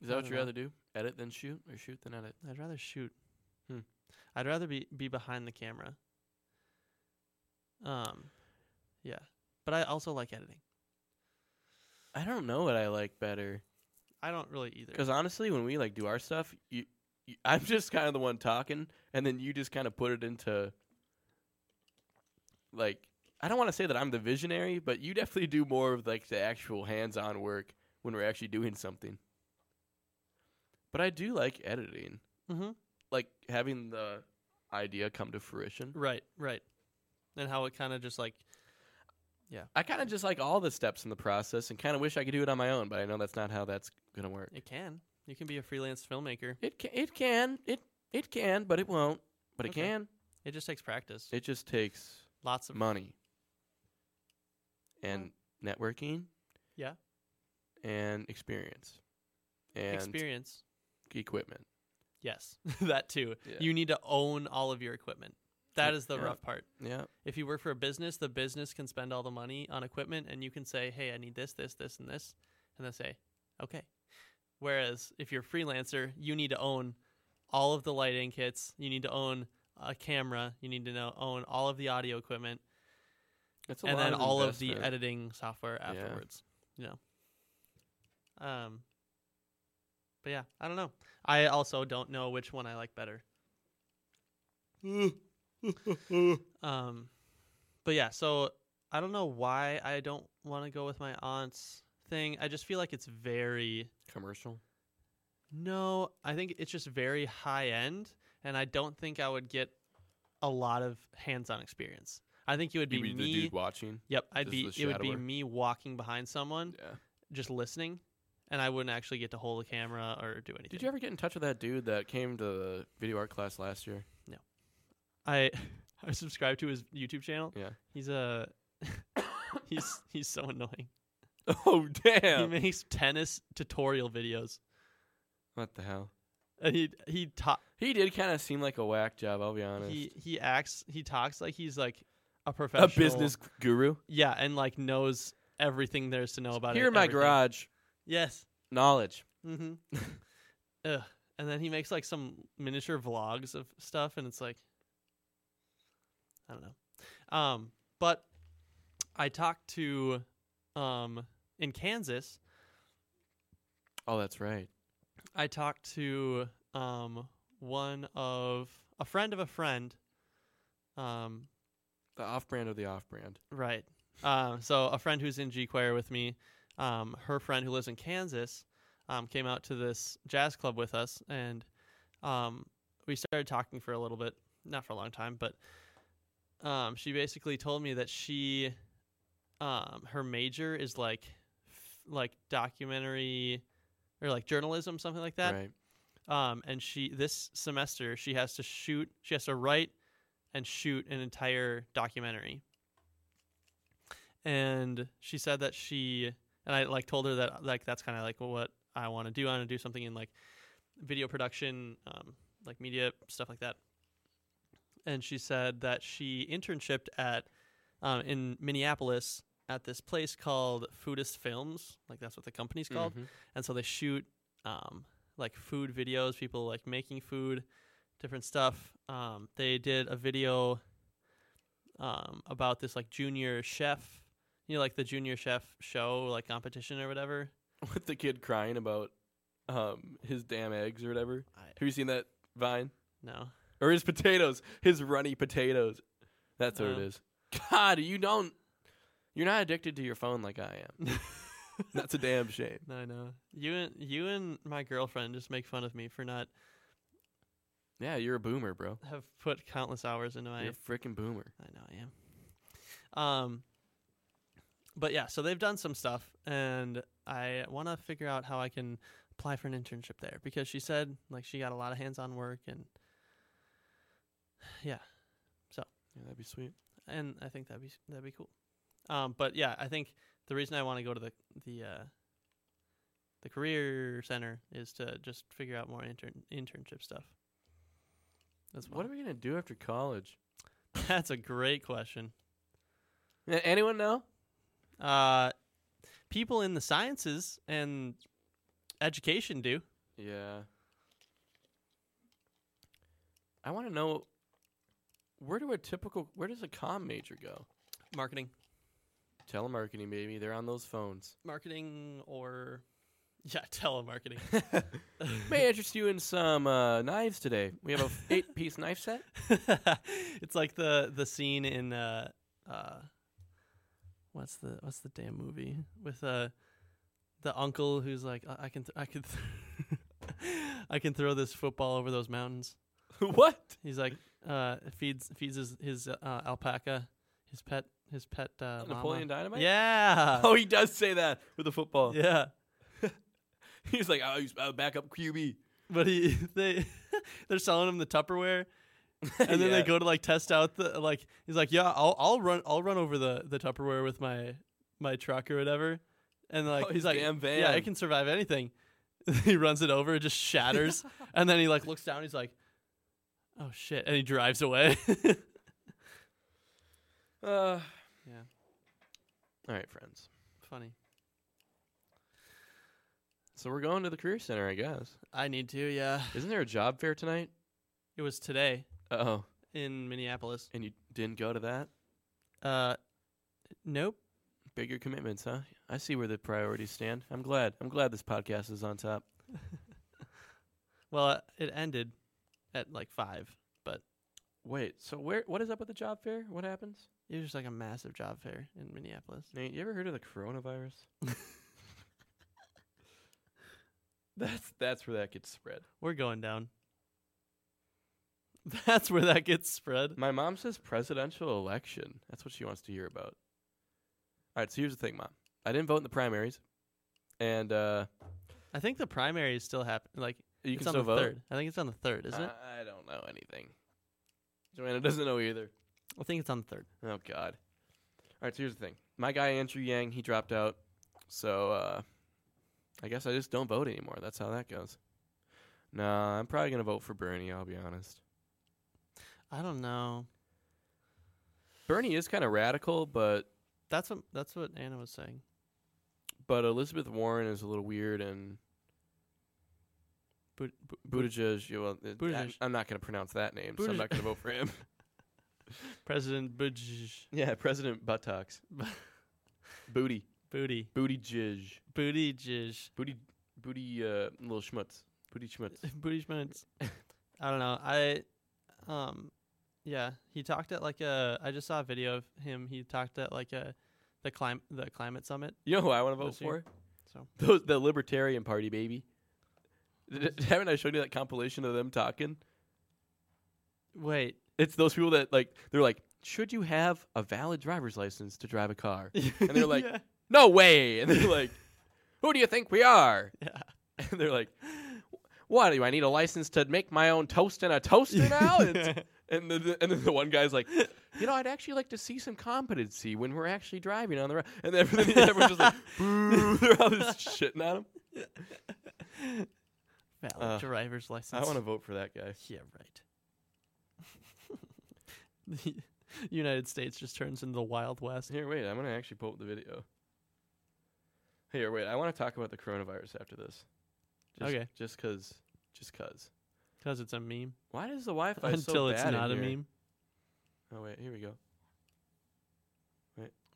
S2: Is that
S1: I
S2: what
S1: don't
S2: you
S1: know.
S2: rather do? Edit than shoot, or shoot than edit?
S1: I'd rather shoot.
S2: Hmm.
S1: I'd rather be be behind the camera. Um, yeah, but I also like editing.
S2: I don't know what I like better.
S1: I don't really either.
S2: Because honestly, when we like do our stuff, you, you I'm just kind of the one talking, and then you just kind of put it into like I don't want to say that I'm the visionary, but you definitely do more of like the actual hands-on work when we're actually doing something. But I do like editing,
S1: hmm
S2: like having the idea come to fruition.
S1: Right, right, and how it kind of just like
S2: I kind of just like all the steps in the process, and kind of wish I could do it on my own, but I know that's not how that's gonna work.
S1: it can. You can be a freelance filmmaker.
S2: It can, it can, it it can, but it won't. But it
S1: Okay.
S2: can.
S1: It just takes practice.
S2: It just takes
S1: Lots of
S2: money and networking.
S1: Yeah.
S2: And experience and
S1: experience.
S2: equipment.
S1: Yes, that too.
S2: Yeah.
S1: You need to own all of your equipment. That
S2: Yeah.
S1: is the rough part.
S2: Yeah.
S1: If you work for a business, the business can spend all the money on equipment and you can say, hey, I need this, this, this, and this. And they say, okay. Whereas if you're a freelancer, you need to own all of the lighting kits, you need to own a camera, you need to know, own all of the audio equipment,
S2: It's
S1: and then
S2: of
S1: all of the
S2: investment.
S1: editing software
S2: Yeah.
S1: afterwards. You know. Um but yeah, I don't know. I also don't know which one I like better. um but yeah, so I don't know why I don't want to go with my aunt's thing. I just feel like it's very
S2: commercial.
S1: no, I think it's just very high end and I don't think I would get a lot of hands-on experience. I think it would be,
S2: You'd be
S1: me
S2: the dude watching.
S1: Yep, I'd
S2: Just
S1: be.
S2: the
S1: It would be
S2: shadower.
S1: me walking behind someone,
S2: Yeah.
S1: just listening, and I wouldn't actually get to hold a camera or do anything.
S2: Did you ever get in touch with that dude that came to the video art class last year?
S1: I I subscribe to his YouTube channel.
S2: Yeah.
S1: He's a he's he's so annoying.
S2: Oh
S1: He
S2: damn!
S1: makes tennis tutorial videos,
S2: what the hell?
S1: and he he ta-
S2: He did kind of seem like a whack job. I'll be honest.
S1: he he acts he talks like he's like a professional
S2: a business guru.
S1: Yeah, and like knows everything there is to know about it.
S2: Here in my
S1: everything.
S2: garage,
S1: Yes.
S2: knowledge.
S1: Mm-hmm. Ugh. And then he makes like some miniature vlogs of stuff, and it's like, I don't know. Um, but I talked to, um, in Kansas,
S2: Oh, that's right.
S1: I talked to um one of a friend of a friend, um,
S2: The off-brand of the off-brand.
S1: Uh, Right. Um, so a friend who's in G choir with me, um, her friend who lives in Kansas um, came out to this jazz club with us, and um, we started talking for a little bit, not for a long time, but um, she basically told me that she, um, her major is like, f- like documentary, or like journalism, something like that.
S2: right.
S1: Um, and she this semester she has to shoot, she has to write and shoot an entire documentary. And she said that she and I like told her that like that's kind of like what I want to do. I want to do something in like video production, um, like media stuff like that. And she said that she internshipped at um, in Minneapolis at this place called Foodist Films, like that's what the company's called
S2: Mhm.
S1: and so they shoot um, like food videos, people like making food, different stuff. Um, they did a video um, about this like junior chef, you know, like the junior chef show, like competition or whatever.
S2: With the kid crying about um, his damn eggs or whatever.
S1: I-
S2: Have you seen that vine?
S1: No,
S2: Or his potatoes, his runny potatoes. That's what it
S1: No.
S2: is. God, you don't. You're not addicted to your phone like I am. That's a damn shame.
S1: no, no. You and you and my girlfriend just make fun of me for not
S2: Yeah, you're a boomer, bro.
S1: have put countless hours into my
S2: You're a freaking boomer.
S1: I know I am. Um, but yeah, so they've done some stuff, and I want to figure out how I can apply for an internship there because she said like she got a lot of hands-on work, and
S2: Yeah, that'd be sweet.
S1: and I think that'd be that'd be cool. Um, but yeah, I think the reason I want to go to the the uh, the career center is to just figure out more intern internship stuff. That's
S2: What are we gonna do after college?
S1: That's a great question.
S2: A- Anyone know?
S1: Uh, people in the sciences and education do.
S2: Yeah. I want to know where do a typical where does a com major go?
S1: Marketing.
S2: Telemarketing, baby. They're on those phones.
S1: Marketing or, yeah, telemarketing.
S2: May I interest you in some uh, knives today? We have a f- eight piece knife set.
S1: it's like the the scene in uh uh what's the what's the damn movie with uh the uncle who's like I, I can th- I could th- I can throw this football over those mountains.
S2: what?
S1: He's like uh feeds feeds his his uh, alpaca his pet his pet uh,
S2: Napoleon
S1: llama.
S2: Dynamite?
S1: Yeah.
S2: Oh, he does say that with the football.
S1: Yeah,
S2: He's like, oh, he's uh, back up QB.
S1: but he they they're selling him the Tupperware, and then they
S2: Yeah.
S1: go to like test out the like he's like, yeah, I'll I'll run I'll run over the the Tupperware with my my truck or whatever, and like
S2: Oh,
S1: he's
S2: his
S1: like,
S2: damn van.
S1: yeah, it can survive anything. he runs it over, it just shatters, and then he like looks down, he's like, oh shit, and he drives away.
S2: Uh,
S1: Yeah.
S2: All right, friends.
S1: Funny.
S2: So we're going to the career center, I guess.
S1: I need to. Yeah,
S2: Isn't there a job fair tonight?
S1: it was today
S2: Oh,
S1: in Minneapolis.
S2: and you didn't go to that?
S1: Uh, nope.
S2: Bigger commitments, huh? I see where the priorities stand. I'm glad. I'm glad this podcast is on top.
S1: Well, uh, it ended at like five.
S2: Wait, so where? What is up with the job fair? What happens?
S1: It was just like a massive job fair in Minneapolis.
S2: Nate, you ever heard of the coronavirus? that's that's where that gets spread.
S1: We're going down. That's where that gets spread.
S2: My mom says presidential election. That's what she wants to hear about. All right, so here's the thing, mom. I didn't vote in the primaries, and uh,
S1: I think the primary is still happening. Like
S2: you
S1: it's
S2: can
S1: on
S2: still
S1: the
S2: vote. Uh.
S1: third. I think it's on the third, isn't it?
S2: I, I don't know anything. Joanna doesn't know either.
S1: I think it's on the third.
S2: Oh God. All right, so here's the thing. My guy Andrew Yang, he dropped out, so uh, I guess I just don't vote anymore. That's how that goes. Nah, I'm probably gonna vote for Bernie. I'll be honest.
S1: I don't know.
S2: Bernie is kind of radical, but
S1: That's what that's what Anna was saying.
S2: but Elizabeth Warren is a little weird, and
S1: But, but
S2: Buttigieg. You well, it-
S1: Buttigieg.
S2: I, am not gonna pronounce that name, so I'm not gonna vote for him.
S1: President Buj
S2: yeah, President Buttocks, booty,
S1: Booty
S2: booty jizz,
S1: Booty Jish
S2: booty, booty, uh, little schmutz, booty schmutz.
S1: Booty Schmutz. I don't know. I um yeah, he talked at like a I just saw a video of him. He talked at like a the clim- the climate summit.
S2: You know who I want to vote
S1: Let's see.
S2: for?
S1: So
S2: Those the Libertarian Party, baby. Did- haven't I showed you that compilation of them talking?
S1: wait,
S2: It's those people that like they're like, should you have a valid driver's license to drive a car? And they're like,
S1: yeah.
S2: no way. And they're like, who do you think we are?
S1: Yeah.
S2: And they're like, what do I need a license to make my own toast in a toaster now? And, it's- and, the, the- and then the one guy's like, you know, I'd actually like to see some competency when we're actually driving on the road. And then everyone- everyone's just like, boo, they're all just shitting on him.
S1: valid
S2: Uh,
S1: driver's license.
S2: I want to vote for that guy.
S1: Yeah, right. the United States just turns into the Wild West.
S2: Here, wait, I'm going to actually pull up the video. Here, wait, I want to talk about the coronavirus after this. Just,
S1: Okay.
S2: Just because. Just because.
S1: Because it's a meme.
S2: Why does the Wi-Fi so
S1: Until it's
S2: bad in
S1: not a
S2: here?
S1: meme.
S2: Oh wait, here we go.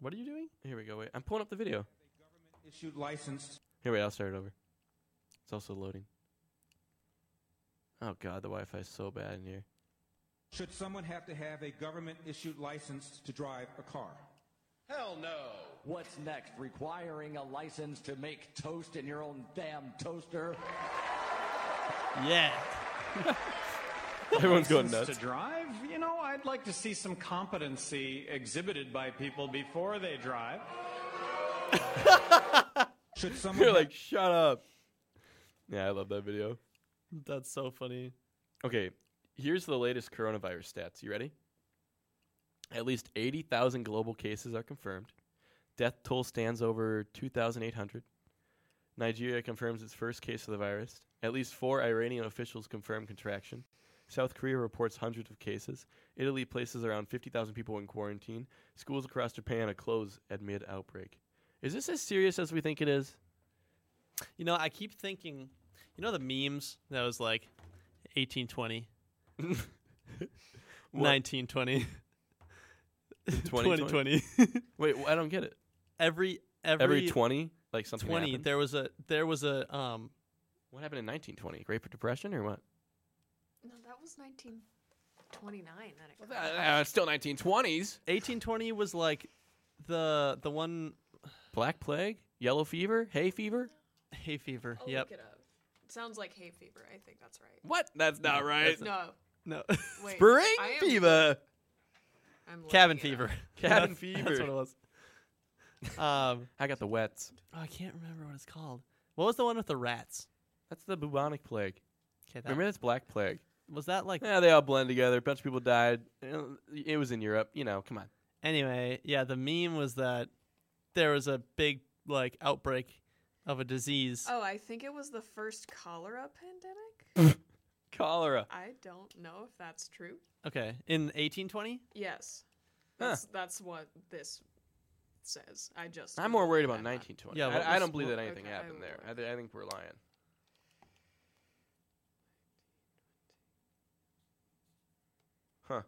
S1: What are you doing?
S2: Here we go. Wait, I'm pulling up the video.
S4: issued license.
S2: Here, wait, I'll start it over. It's also loading. Oh god, the Wi-Fi is so bad in here.
S4: Should someone have to have a government issued license to drive a car?
S5: Hell no.
S6: What's next? Requiring a license to make toast in your own damn toaster?
S1: Yeah.
S2: Everyone's going
S5: License
S2: nuts.
S5: To drive, you know, I'd like to see some competency exhibited by people before they drive.
S4: Should someone
S2: You're
S4: have-
S2: like, shut up. Yeah, I love that video.
S1: That's so funny.
S2: Okay, here's the latest coronavirus stats. You ready? At least 80,000 global cases are confirmed. Death toll stands over 2,800. Nigeria confirms its first case of the virus. At least four Iranian officials confirm contraction. South Korea reports hundreds of cases. Italy places around 50,000 people in quarantine. Schools across Japan are closed amid outbreak. Is this as serious as we think it is?
S1: You know, I keep thinking, you know, the memes that was like 1820, 1920,
S2: 2020?
S1: 2020.
S2: Wait, wh- I don't get it.
S1: every every,
S2: Every, 20? Like something
S1: 20
S2: happened?
S1: there was a there was a um
S2: What happened in 1920? Great Depression or what?
S3: No, that was 1929 that it got.
S2: Uh, still 1920s.
S1: 1820 was like the the one
S2: Black Plague, Yellow Fever, Hay Fever.
S1: hay fever.
S3: I'll
S1: yep.
S3: look it up. Sounds like hay fever. I think that's right.
S2: What? That's not right.
S3: No,
S1: No.
S3: wait.
S2: Spring
S3: I am-
S2: Fever.
S3: I'm looking
S1: Cabin
S3: it
S1: fever.
S3: up.
S2: Cabin
S1: That's- That's what it
S2: Fever.
S1: was. Um
S2: I got the wets.
S1: oh, I can't remember what it's called. What was the one with the rats?
S2: That's the bubonic plague.
S1: Okay, that,
S2: Remember that's Black Plague.
S1: was that like
S2: Yeah, they all blend together. A bunch of people died. Uh, It was in Europe. You know, come on.
S1: anyway, yeah, the meme was that there was a big like outbreak of a disease.
S3: Oh, I think it was the first cholera
S2: Mm.
S3: pandemic.
S2: Cholera.
S3: I don't know if that's true.
S1: Okay, in 1820?
S3: Yes,
S2: Huh.
S3: that's, that's what this says. I just.
S2: I'm more worried
S3: Googled
S2: about
S3: that.
S2: 1920.
S1: Yeah,
S2: Yeah,
S1: what
S2: I, I
S1: was-
S2: don't believe
S1: what-
S2: that anything
S3: okay, I
S2: happened
S3: will
S2: there.
S3: look.
S2: I, th- I think we're lying. Huh.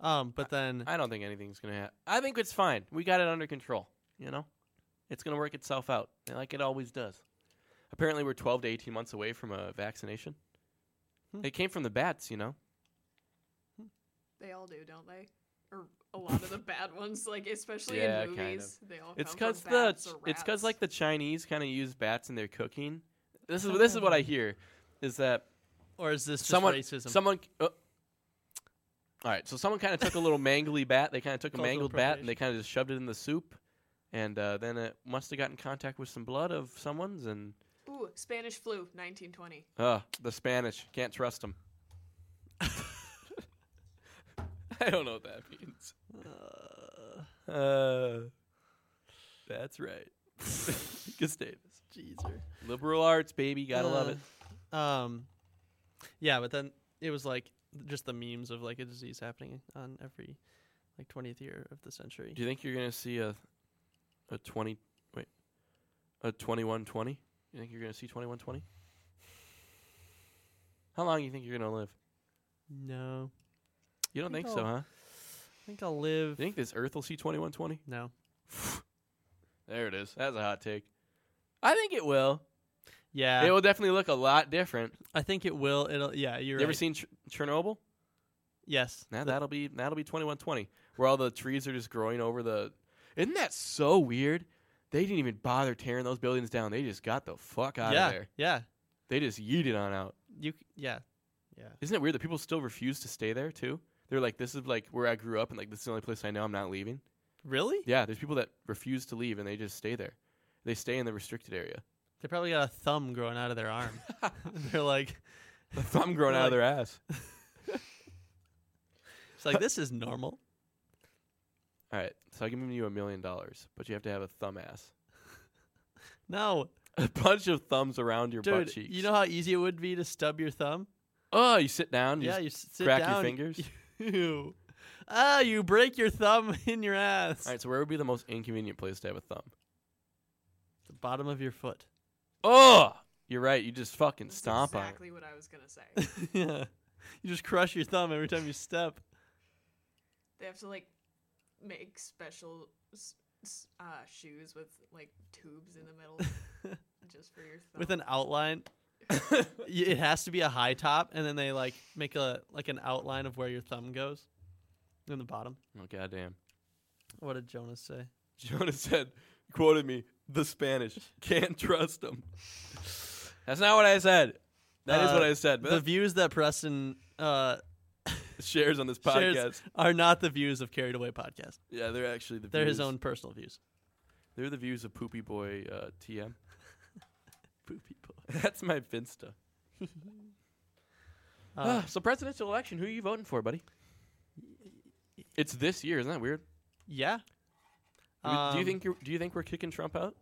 S1: Um, but then
S2: I don't think anything's gonna happen. I think it's fine. We got it under control. You know, it's gonna work itself out like it always does. Apparently, we're 12 to 18 months away from a vaccination.
S1: Hmm.
S2: It came from the bats, you know.
S3: They all do, don't they? Or a lot of the bad ones, like especially
S2: Yeah,
S3: in
S2: kind
S3: movies,
S2: of.
S3: they all.
S2: It's
S3: come
S2: because
S3: from
S2: the
S3: bats or
S2: it's because
S3: rats.
S2: like the Chinese kind of use bats in their cooking. This is this is what I hear, is that
S1: or is this just
S2: someone
S1: racism?
S2: someone. Uh, all right, so someone kind of took a little mangly bat. They kind of took a
S1: Cultural
S2: mangled bat and they kind of just shoved it in the soup, and uh, then it must have gotten in contact with some blood of someone's, and
S3: ooh Spanish flu, 1920.
S2: Uh, the Spanish. Can't trust them. I don't know what that means. Uh, that's right. Gustavus.
S1: Jeezer.
S2: Liberal arts, baby. Gotta love
S1: Uh,
S2: it.
S1: Um, yeah, but then it was like just the memes of like a disease happening on every like 20th year of the century.
S2: Do you think you're going to see a a 20 wait. A 2120? You think you're going to see 2120? How long you think you're going to live?
S1: No,
S2: You don't
S1: Think
S2: think, so,
S1: I'll-
S2: huh?
S1: I think I'll live.
S2: You think this earth will see 2120?
S1: No,
S2: There it is. That's a hot take. I think it will.
S1: yeah,
S2: It will definitely look a lot different.
S1: I think it will. It'll. Yeah, you're
S2: you
S1: right.
S2: ever seen Ch- Chernobyl?
S1: Yes.
S2: Now that'll be that'll be twenty one twenty, where all the trees are just growing over the. Isn't that so weird? They didn't even bother tearing those buildings down. They just got the fuck out
S1: yeah.
S2: of there.
S1: Yeah.
S2: They just yeeted on out.
S1: You. c- Yeah.
S2: Isn't it weird that people still refuse to stay there too? They're like, this is like where I grew up, and like this is the only place I know. I'm not leaving.
S1: Really?
S2: Yeah, there's people that refuse to leave and they just stay there. They stay in the restricted area.
S1: They probably got a thumb growing out of their arm. They're like,
S2: The thumb growing out of their ass.
S1: it's like this is normal.
S2: All right, so I can give you a million dollars, but you have to have a thumb ass.
S1: No,
S2: A bunch of thumbs around your butt
S1: dude,
S2: cheeks.
S1: you know how easy it would be to stub your thumb.
S2: oh, you sit down. You
S1: yeah,
S2: just
S1: you s- sit
S2: crack
S1: down.
S2: your fingers.
S1: Ew. Ah, you break your thumb in your ass.
S2: All right, so where would be the most inconvenient place to have a thumb?
S1: The bottom of your foot.
S2: Oh, you're right. You just fucking
S3: That's
S2: stomp
S3: exactly what I was gonna say.
S1: yeah, you just crush your thumb every time you step.
S3: they have to like make special s- s- uh, shoes with like tubes in the middle, just for your thumb.
S1: with an outline.
S2: on it.
S1: Y- It has to be a high top, and then they like make a like an outline of where your thumb goes in the bottom.
S2: oh goddamn!
S1: What did Jonas say?
S2: Jonah said, quoted me, "The Spanish can't trust them." That's not what I said. That is
S1: Uh,
S2: what I said. But
S1: The
S2: that's
S1: views that Preston uh,
S2: shares on this podcast.
S1: shares are not the views of Carried Away podcast.
S2: Yeah, they're actually the.
S1: They're
S2: views.
S1: his own personal views.
S2: They're the views of Poopy Boy uh, TM.
S1: Poopy boy.
S2: That's my Finsta. Ah,
S1: Uh,
S2: so presidential election, who are you voting for, buddy? It's this year, isn't that weird?
S1: yeah.
S2: Do we- do you
S1: Um,
S2: think you're, do you think we're kicking Trump out?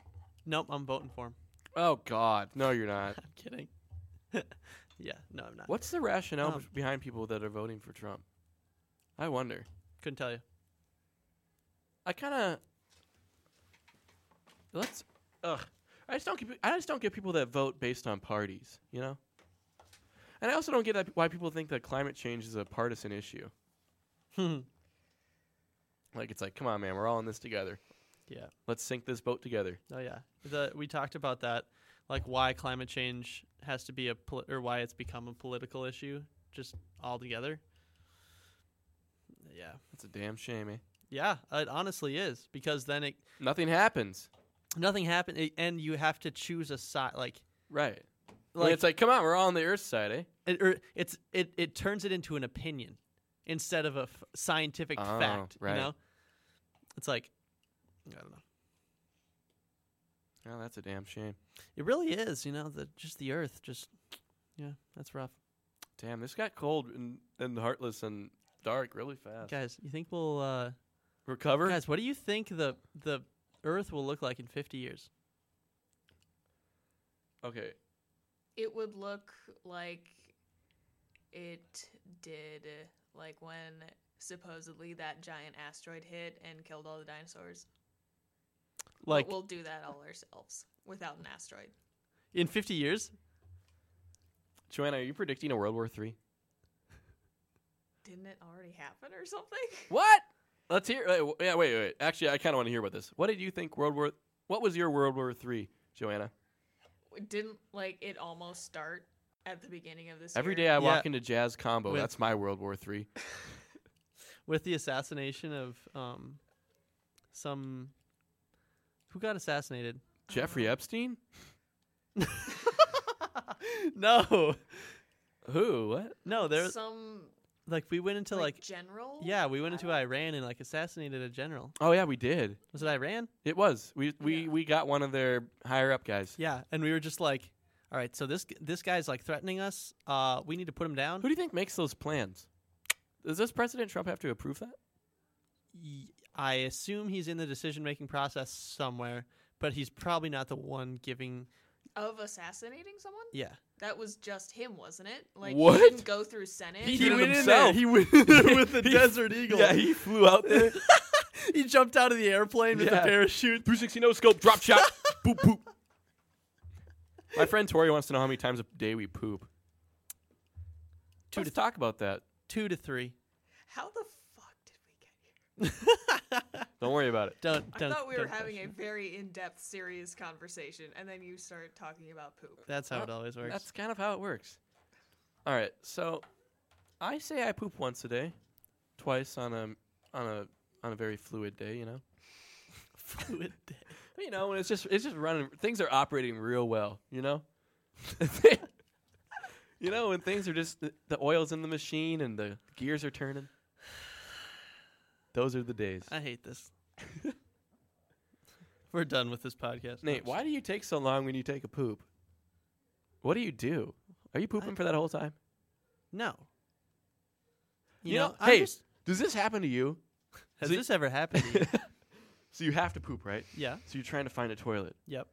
S1: Nope, I'm voting for him.
S2: Oh God, no, you're not.
S1: I'm kidding. yeah, no, I'm not.
S2: What's the rationale
S1: Um,
S2: behind people that are voting for Trump? I wonder.
S1: Couldn't tell you.
S2: I kind of let's. Ugh, I just don't. Get, I just don't get people that vote based on parties. You know. And I also don't get that, why people think that climate change is a partisan issue. Like it's like, come on, man, we're all in this together.
S1: yeah.
S2: Let's sink this boat together.
S1: Oh yeah, the we talked about that, like why climate change has to be a poli- or why it's become a political issue just altogether. Yeah,
S2: That's a damn shame, eh?
S1: yeah, it honestly is because then it
S2: Nothing happens.
S1: nothing happened it, and you have to choose a side like
S2: Right. Like,
S1: like
S2: it's like, come on, we're all on the Earth's side, eh?
S1: it, or it's it it turns it into an opinion instead of a f- scientific
S2: Oh,
S1: fact.
S2: right.
S1: You know, it's like I don't know.
S2: Oh, that's a damn shame.
S1: It really is, you know, the just the Earth, just yeah, that's rough.
S2: Damn, this got cold and, and heartless and dark really fast.
S1: Guys, you think we'll uh
S2: Recover?
S1: Guys, what do you think the the Earth will look like in 50 years?
S2: Okay.
S3: it would look like it did, like when supposedly that giant asteroid hit and killed all the dinosaurs. But
S1: Like
S3: we'll do that all ourselves without an asteroid.
S1: in 50 years?
S2: Joanna, are you predicting a World War Three?
S3: Didn't it already happen or something?
S2: What? Let's hear. Wait, w- yeah, wait, wait. Actually, I kind of want to hear about this. What did you think World War? What was your World War Three, Joanna?
S3: Didn't like it almost start at the beginning of this
S2: Every
S3: year?
S2: day I walk
S1: Yeah.
S2: into Jazz Combo.
S1: With-
S2: that's my World War Three.
S1: With the assassination of um some who got assassinated?
S2: Jeffrey Epstein?
S1: no.
S2: Who? What?
S1: No, there
S3: some
S1: like we went into
S3: like,
S1: like,
S3: general.
S1: yeah, we went
S3: I
S1: into
S3: don't-
S1: Iran and like assassinated a general.
S2: Oh yeah, we did.
S1: Was it Iran?
S2: It was. We we we got one of their higher up guys.
S1: Yeah, and we were just like, all right, so this g- this guy's like threatening us. Uh we need to put him down.
S2: Who do you think makes those plans? Does this President Trump have to approve that?
S1: y- I assume he's in the decision making process somewhere, but he's probably not the one giving.
S3: of assassinating someone.
S1: Yeah,
S3: That was just him, wasn't it? Like
S2: What?
S3: he didn't go through Senate.
S2: He
S1: did
S2: did
S1: it
S2: it
S1: went in there.
S2: himself. He went in there with the
S1: Desert Eagle.
S2: Yeah, he flew out there.
S1: he jumped out of the airplane with
S2: Yeah.
S1: a parachute.
S2: 360 no scope, drop shot, boop boop. My friend Tori wants to know how many times a day we poop. Two to talk about that.
S1: Two to three.
S3: How the fuck did we get here?
S2: Don't worry about it.
S1: Don't.
S3: I
S1: don't
S3: thought we were
S1: don't
S3: having
S1: question.
S3: a very in-depth, serious conversation, and then you start talking about poop.
S1: That's how it always works.
S2: That's kind of how it works. All right, so I say I poop once a day, twice on a on a on a very fluid day. You know,
S1: Fluid day.
S2: you know, and it's just it's just running. Things are operating real well. You know, you know when things are just the, the oil's in the machine and the gears are turning. Those are the days.
S1: I hate this. We're done with this podcast.
S2: Nate, why do you take so long when you take a poop? What do you do? Are you pooping for that whole time?
S1: No.
S2: You,
S1: You,
S2: know,
S1: know, I
S2: hey,
S1: just-
S2: does this happen to you?
S1: has
S2: so-
S1: this ever happened? to you?
S2: So you have to poop, right?
S1: yeah.
S2: So you're trying to find a toilet.
S1: Yep.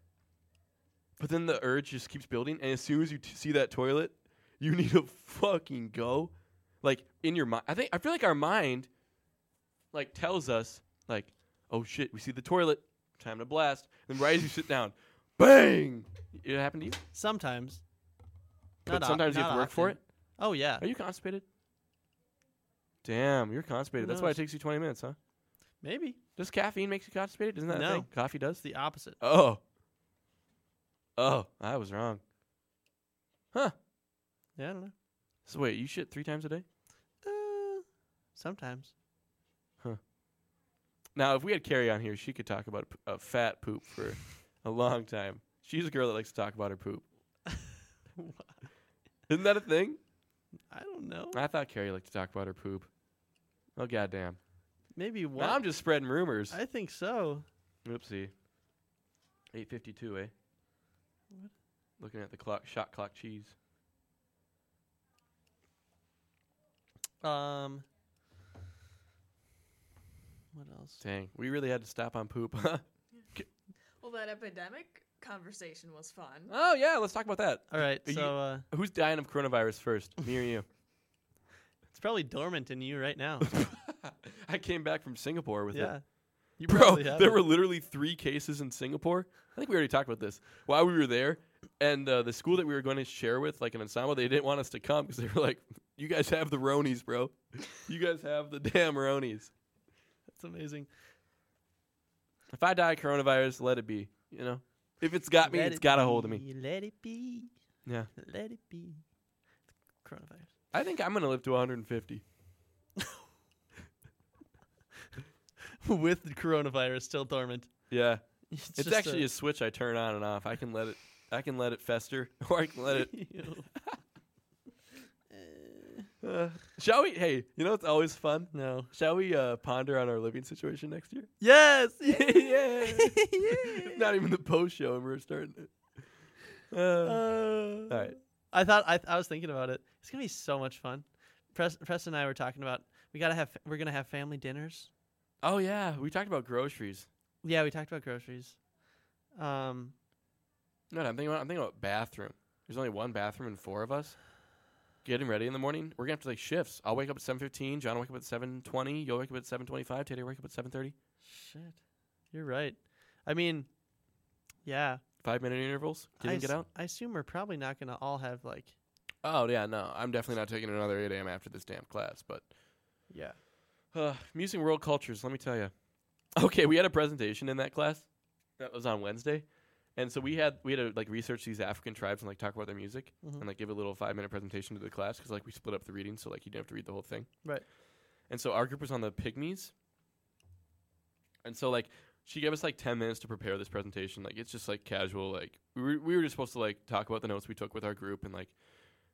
S2: But then the urge just keeps building, and as soon as you t- see that toilet, you need to fucking go. Like in your mind, I think I feel like our mind, like tells us, like, oh shit, we see the toilet, time to blast. And right as you sit down, bang! It happened to you,
S1: Sometimes.
S2: but sometimes you have to work for it.
S1: Oh yeah.
S2: Are you constipated? Damn, you're constipated.
S1: Who
S2: That's why
S1: knows?
S2: it takes you 20 minutes, huh?
S1: Maybe
S2: Does caffeine makes you constipated? Isn't that a
S1: No.
S2: thing? Coffee does.
S1: it's the opposite.
S2: Oh. Oh, I was wrong. Huh.
S1: Yeah, I don't know.
S2: So wait, you shit three times a day?
S1: Uh, sometimes.
S2: Now, if we had Carrie on here, she could talk about p- a fat poop for a long time. She's a girl that likes to talk about her poop. Isn't that a thing?
S1: I don't know.
S2: I thought Carrie liked to talk about her poop. Oh goddamn!
S1: Maybe
S2: Now I'm
S1: one.
S2: just spreading rumors.
S1: I think so.
S2: Oopsie. Eight fifty-two, eh? Looking at the clock, shot clock cheese.
S1: Um. What else?
S2: Dang, we really had to stop on poop, huh?
S3: Well, that epidemic conversation was fun.
S2: Oh yeah, let's talk about that.
S1: All right.
S2: Are you-
S1: So uh,
S2: Who's dying of coronavirus first? Me or you?
S1: it's probably dormant in you right now.
S2: I came back from Singapore with
S1: yeah.
S2: it.
S1: You
S2: Bro,
S1: probably have
S2: there
S1: it.
S2: were literally three cases in Singapore. I think we already talked about this while we were there. And uh, the school that we were going to share with, like an ensemble, they didn't want us to come because they were like, "You guys have the Ronies, bro. You guys have the damn Ronies."
S1: That's amazing.
S2: If I die of coronavirus, let it be. You know, if it's got me, it's got a hold of me.
S1: Let it be.
S2: Yeah,
S1: Let it be. Coronavirus.
S2: I think I'm gonna live to 150.
S1: With the coronavirus still dormant.
S2: Yeah,
S1: It's,
S2: it's,
S1: just
S2: actually a switch I turn on and off. I can let it. I can let it fester, or I can let it
S1: Ew.
S2: Uh, shall we? Hey, you know it's always fun.
S1: no.
S2: Shall we uh, ponder on our living situation next year?
S1: Yes.
S2: yeah. Not even the post show, and we're starting. It. Uh,
S1: all
S2: all right.
S1: I thought I, I was thinking about it. It's gonna be so much fun. Pres, Preston and I were talking about we gotta have we're gonna have family dinners.
S2: Oh yeah, we talked about groceries.
S1: Yeah, we talked about groceries. Um,
S2: No, no, I'm thinking. About, I'm thinking about bathroom. There's only one bathroom and four of us. Getting ready in the morning. We're gonna have to like shifts. I'll wake up at 7:15. John will wake up at 7:20. You'll wake up at 7:25. Teddy will wake up at 7:30.
S1: shit, you're right. I mean, yeah.
S2: Five minute intervals. Get
S1: I
S2: in, get
S1: s-
S2: out.
S1: I assume we're probably not gonna all have like
S2: Oh yeah, no, I'm definitely not taking another 8 a.m. after this damn class. But
S1: yeah.
S2: Uh, musing world cultures, let me tell you. Okay, we had a presentation in that class. That was on Wednesday. And so we had we had to like research these African tribes and like talk about their music and like give a little 5-minute presentation to the class cuz like we split up the reading so like you didn't have to read the whole thing.
S1: Right.
S2: And so our group was on the Pygmies. And so like she gave us like 10 minutes to prepare this presentation. Like it's just like casual like we were, we were just supposed to like talk about the notes we took with our group and like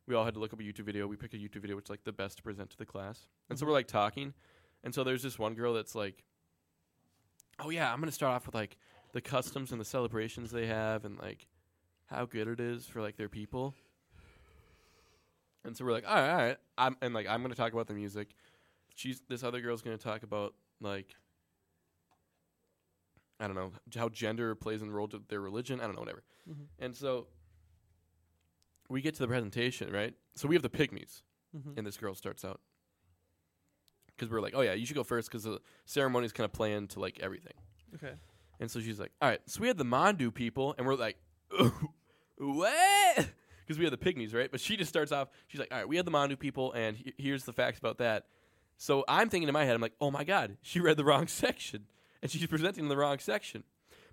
S2: we all had to look up a YouTube video. We picked a YouTube video which is like the best to present to the class. And so we're like talking and so there's this one girl that's like, "Oh yeah, I'm gonna start off with like the customs and the celebrations they have, and like how good it is for like their people." And so we're like, "All right, all right," I'm, and like I'm gonna talk about the music. She's this other girl's gonna talk about like. I don't know how gender plays in role to their religion. I don't know whatever, and so we get to the presentation, right? So we have the pygmies, and this girl starts out because we are like, oh yeah, you should go first because the ceremony's kind of play into like everything.
S1: Okay.
S2: And so she's like, all right, so we had the Mandu people, and we're like, what? Because we had the pygmies, right? But she just starts off, she's like, all right, we had the Mandu people, and he- here's the facts about that. So I'm thinking in my head, I'm like, oh my God, she read the wrong section, and she's presenting in the wrong section.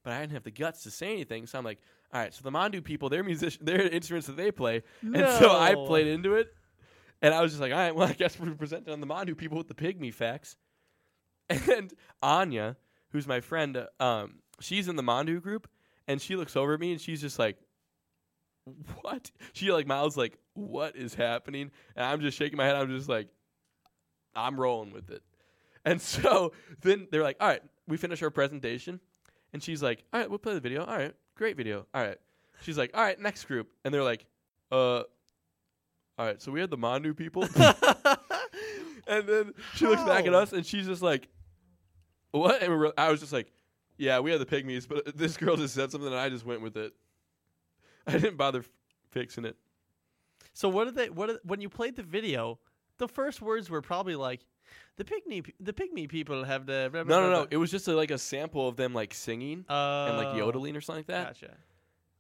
S2: But I didn't have the guts to say anything, so I'm like, all right, so the Mandu people, their musician, their instruments that they play, and so I
S1: No.
S2: played into it, And I was just like, all right, well, I guess we're presented on the Manu people with the pygmy facts. And Anya, who's my friend, uh, um, she's in the Mandu group, and she looks over at me and she's just like, "What?" She like mouths like, "What is happening?" And I'm just shaking my head. I'm just like, "I'm rolling with it." And so then they're like, "All right, we finish our presentation," and she's like, "All right, we'll play the video. All right, great video. All right." She's like, "All right, next group," and they're like, "Uh." All right, so we had the Mandu people. and then she looks back at
S1: How?
S2: us and she's just like, what? And we were, I was just like, yeah, we had the pygmies, but this girl just said something, and I just went with it. I didn't bother f- fixing it.
S1: So what did they? What did- when you played the video? The first words were probably like, "The pygmy, pe- the pygmy people have the." Blah, blah,
S2: No, no,
S1: blah,
S2: no. It was just a, like a sample of them like singing
S1: blah."
S2: and like
S1: Oh,
S2: yodeling or something like that.
S1: Gotcha.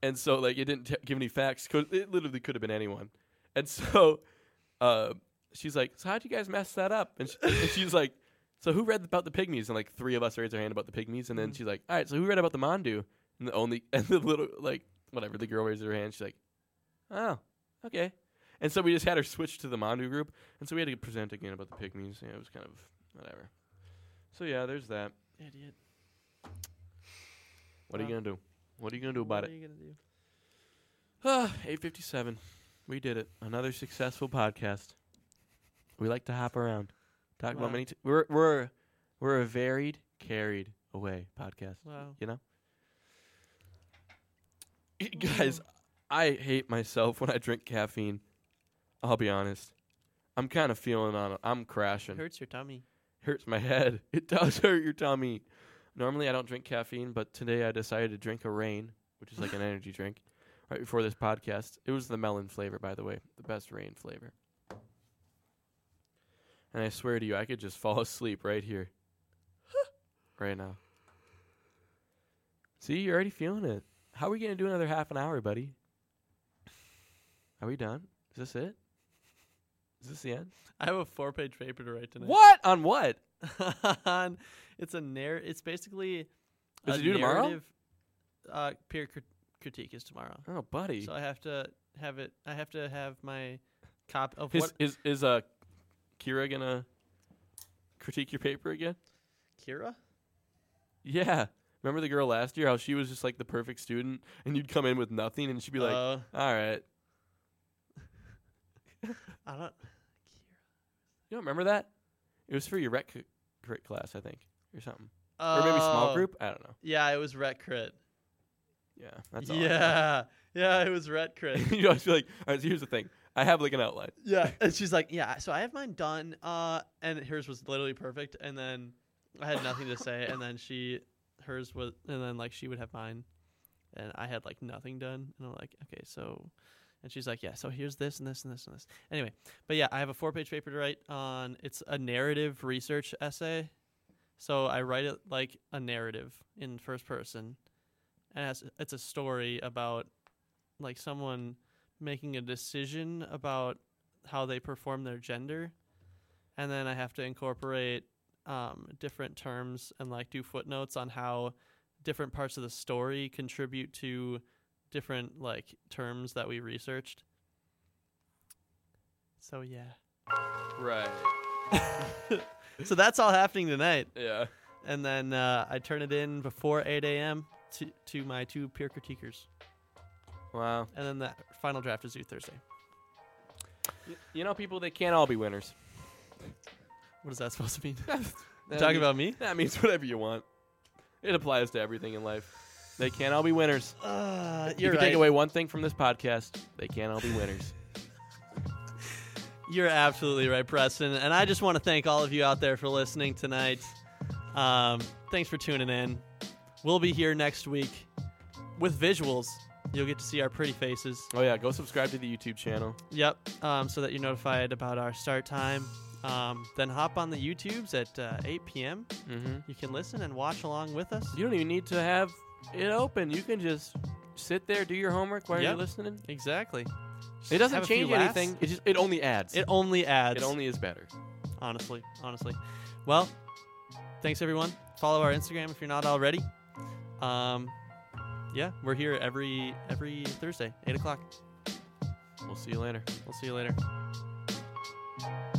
S2: And so like it didn't t- give any facts. 'cause it literally could have been anyone. And so uh, she's like, "So how'd you guys mess that up?" And, sh- and she's like, "So who read about the pygmies?" And like three of us raised our hand about the pygmies. And then she's like, "All right, so who read about the Mondu?" And the only and the little like whatever the girl raises her hand. She's like, "Oh, okay." And so we just had her switch to the Mondu group, and so we had to present again about the pygmies. And it was kind of whatever. So yeah, there's that.
S1: Idiot.
S2: What are you
S1: Wow.
S2: gonna do? What are you gonna do about
S1: What
S2: it?
S1: are you gonna do?
S2: Ah, 857. We did it. Another successful podcast. We like to hop around. Talk
S1: Wow.
S2: about many t- we're we're we're a varied, carried away podcast.
S1: Wow.
S2: You know? Guys, I hate myself when I drink caffeine. I'll be honest. I'm kind of feeling on a- I'm crashing.
S1: It hurts your tummy.
S2: hurts my head. It does hurt your tummy. Normally I don't drink caffeine, but today I decided to drink a rain, which is like an energy drink, right before this podcast. It was the melon flavor, by the way, the best rain flavor. And I swear to you, I could just fall asleep right here, right now. See, you're already feeling it. How are we gonna do another half an hour, buddy? Are we done? Is this it? Is this the end?
S1: I have a four-page paper to write tonight.
S2: What on what?
S1: On- it's a narr. It's basically.
S2: Is
S1: a
S2: it due tomorrow?
S1: narrative- Uh, peer crit- critique is tomorrow,
S2: Oh, buddy.
S1: so I have to have it. I have to have my cop of
S2: Is
S1: what
S2: is is uh, Kira gonna critique your paper again?
S1: Kira.
S2: Yeah. Remember the girl last year? How she was just like the perfect student, and you'd come in with nothing, and she'd be like,
S1: Uh,
S2: "All right."
S1: I don't.
S2: You don't remember that? It was for your rec c- crit class, I think, or something, or maybe small
S1: Oh,
S2: group. I don't know.
S1: Yeah, it was Ret Crit.
S2: Yeah, that's all I know.
S1: yeah, yeah, it was Ret Crit.
S2: you always be like, "All right." So here's the thing. I have like an outline.
S1: yeah, and she's like, yeah. So I have mine done, uh, and hers was literally perfect. And then I had nothing to say, and then she, hers was, and then like she would have mine, and I had like nothing done, and I'm like, okay, so. And she's like, yeah, so here's this and this and this and this. Anyway, but yeah, I have a four page paper to write on, it's a narrative research essay. So I write it like a narrative in first person. And it's, it's a story about like someone making a decision about how they perform their gender. And then I have to incorporate um, different terms and like do footnotes on how different parts of the story contribute to different like terms that we researched. So yeah.
S2: Right.
S1: So that's all happening tonight.
S2: Yeah.
S1: And then uh, I turn it in before 8 a.m. To, to my two peer critiquers.
S2: Wow.
S1: And then the final draft is due Thursday.
S2: You know, people they can't all be winners.
S1: What is that supposed to mean?
S2: That
S1: Talking
S2: means-
S1: about me?
S2: that means whatever you want. It applies to everything in life. They can't all be winners.
S1: Uh,
S2: if you take away one thing from this podcast, they can't all be winners.
S1: You're absolutely right, Preston. And I just want to thank all of you out there for listening tonight. Um, thanks for tuning in. We'll be here next week with visuals. You'll get to see our pretty faces.
S2: oh yeah, go subscribe to the YouTube channel.
S1: Yep. Um, so that you're notified about our start time. Um, then hop on the YouTubes at uh, 8 p.m.
S2: Mm-hmm.
S1: You can listen and watch along with us.
S2: You don't even need to have it open. You can just sit there, do your homework while
S1: Yep.
S2: you're listening.
S1: Exactly. Just
S2: It
S1: have
S2: doesn't
S1: a few
S2: change
S1: laughs.
S2: anything. It just it only adds.
S1: It only adds.
S2: it only is better.
S1: honestly, honestly. Well, thanks everyone. Follow our Instagram if you're not already. Um, yeah, we're here every every Thursday, eight o'clock.
S2: We'll see you later.
S1: We'll see you later. Bye.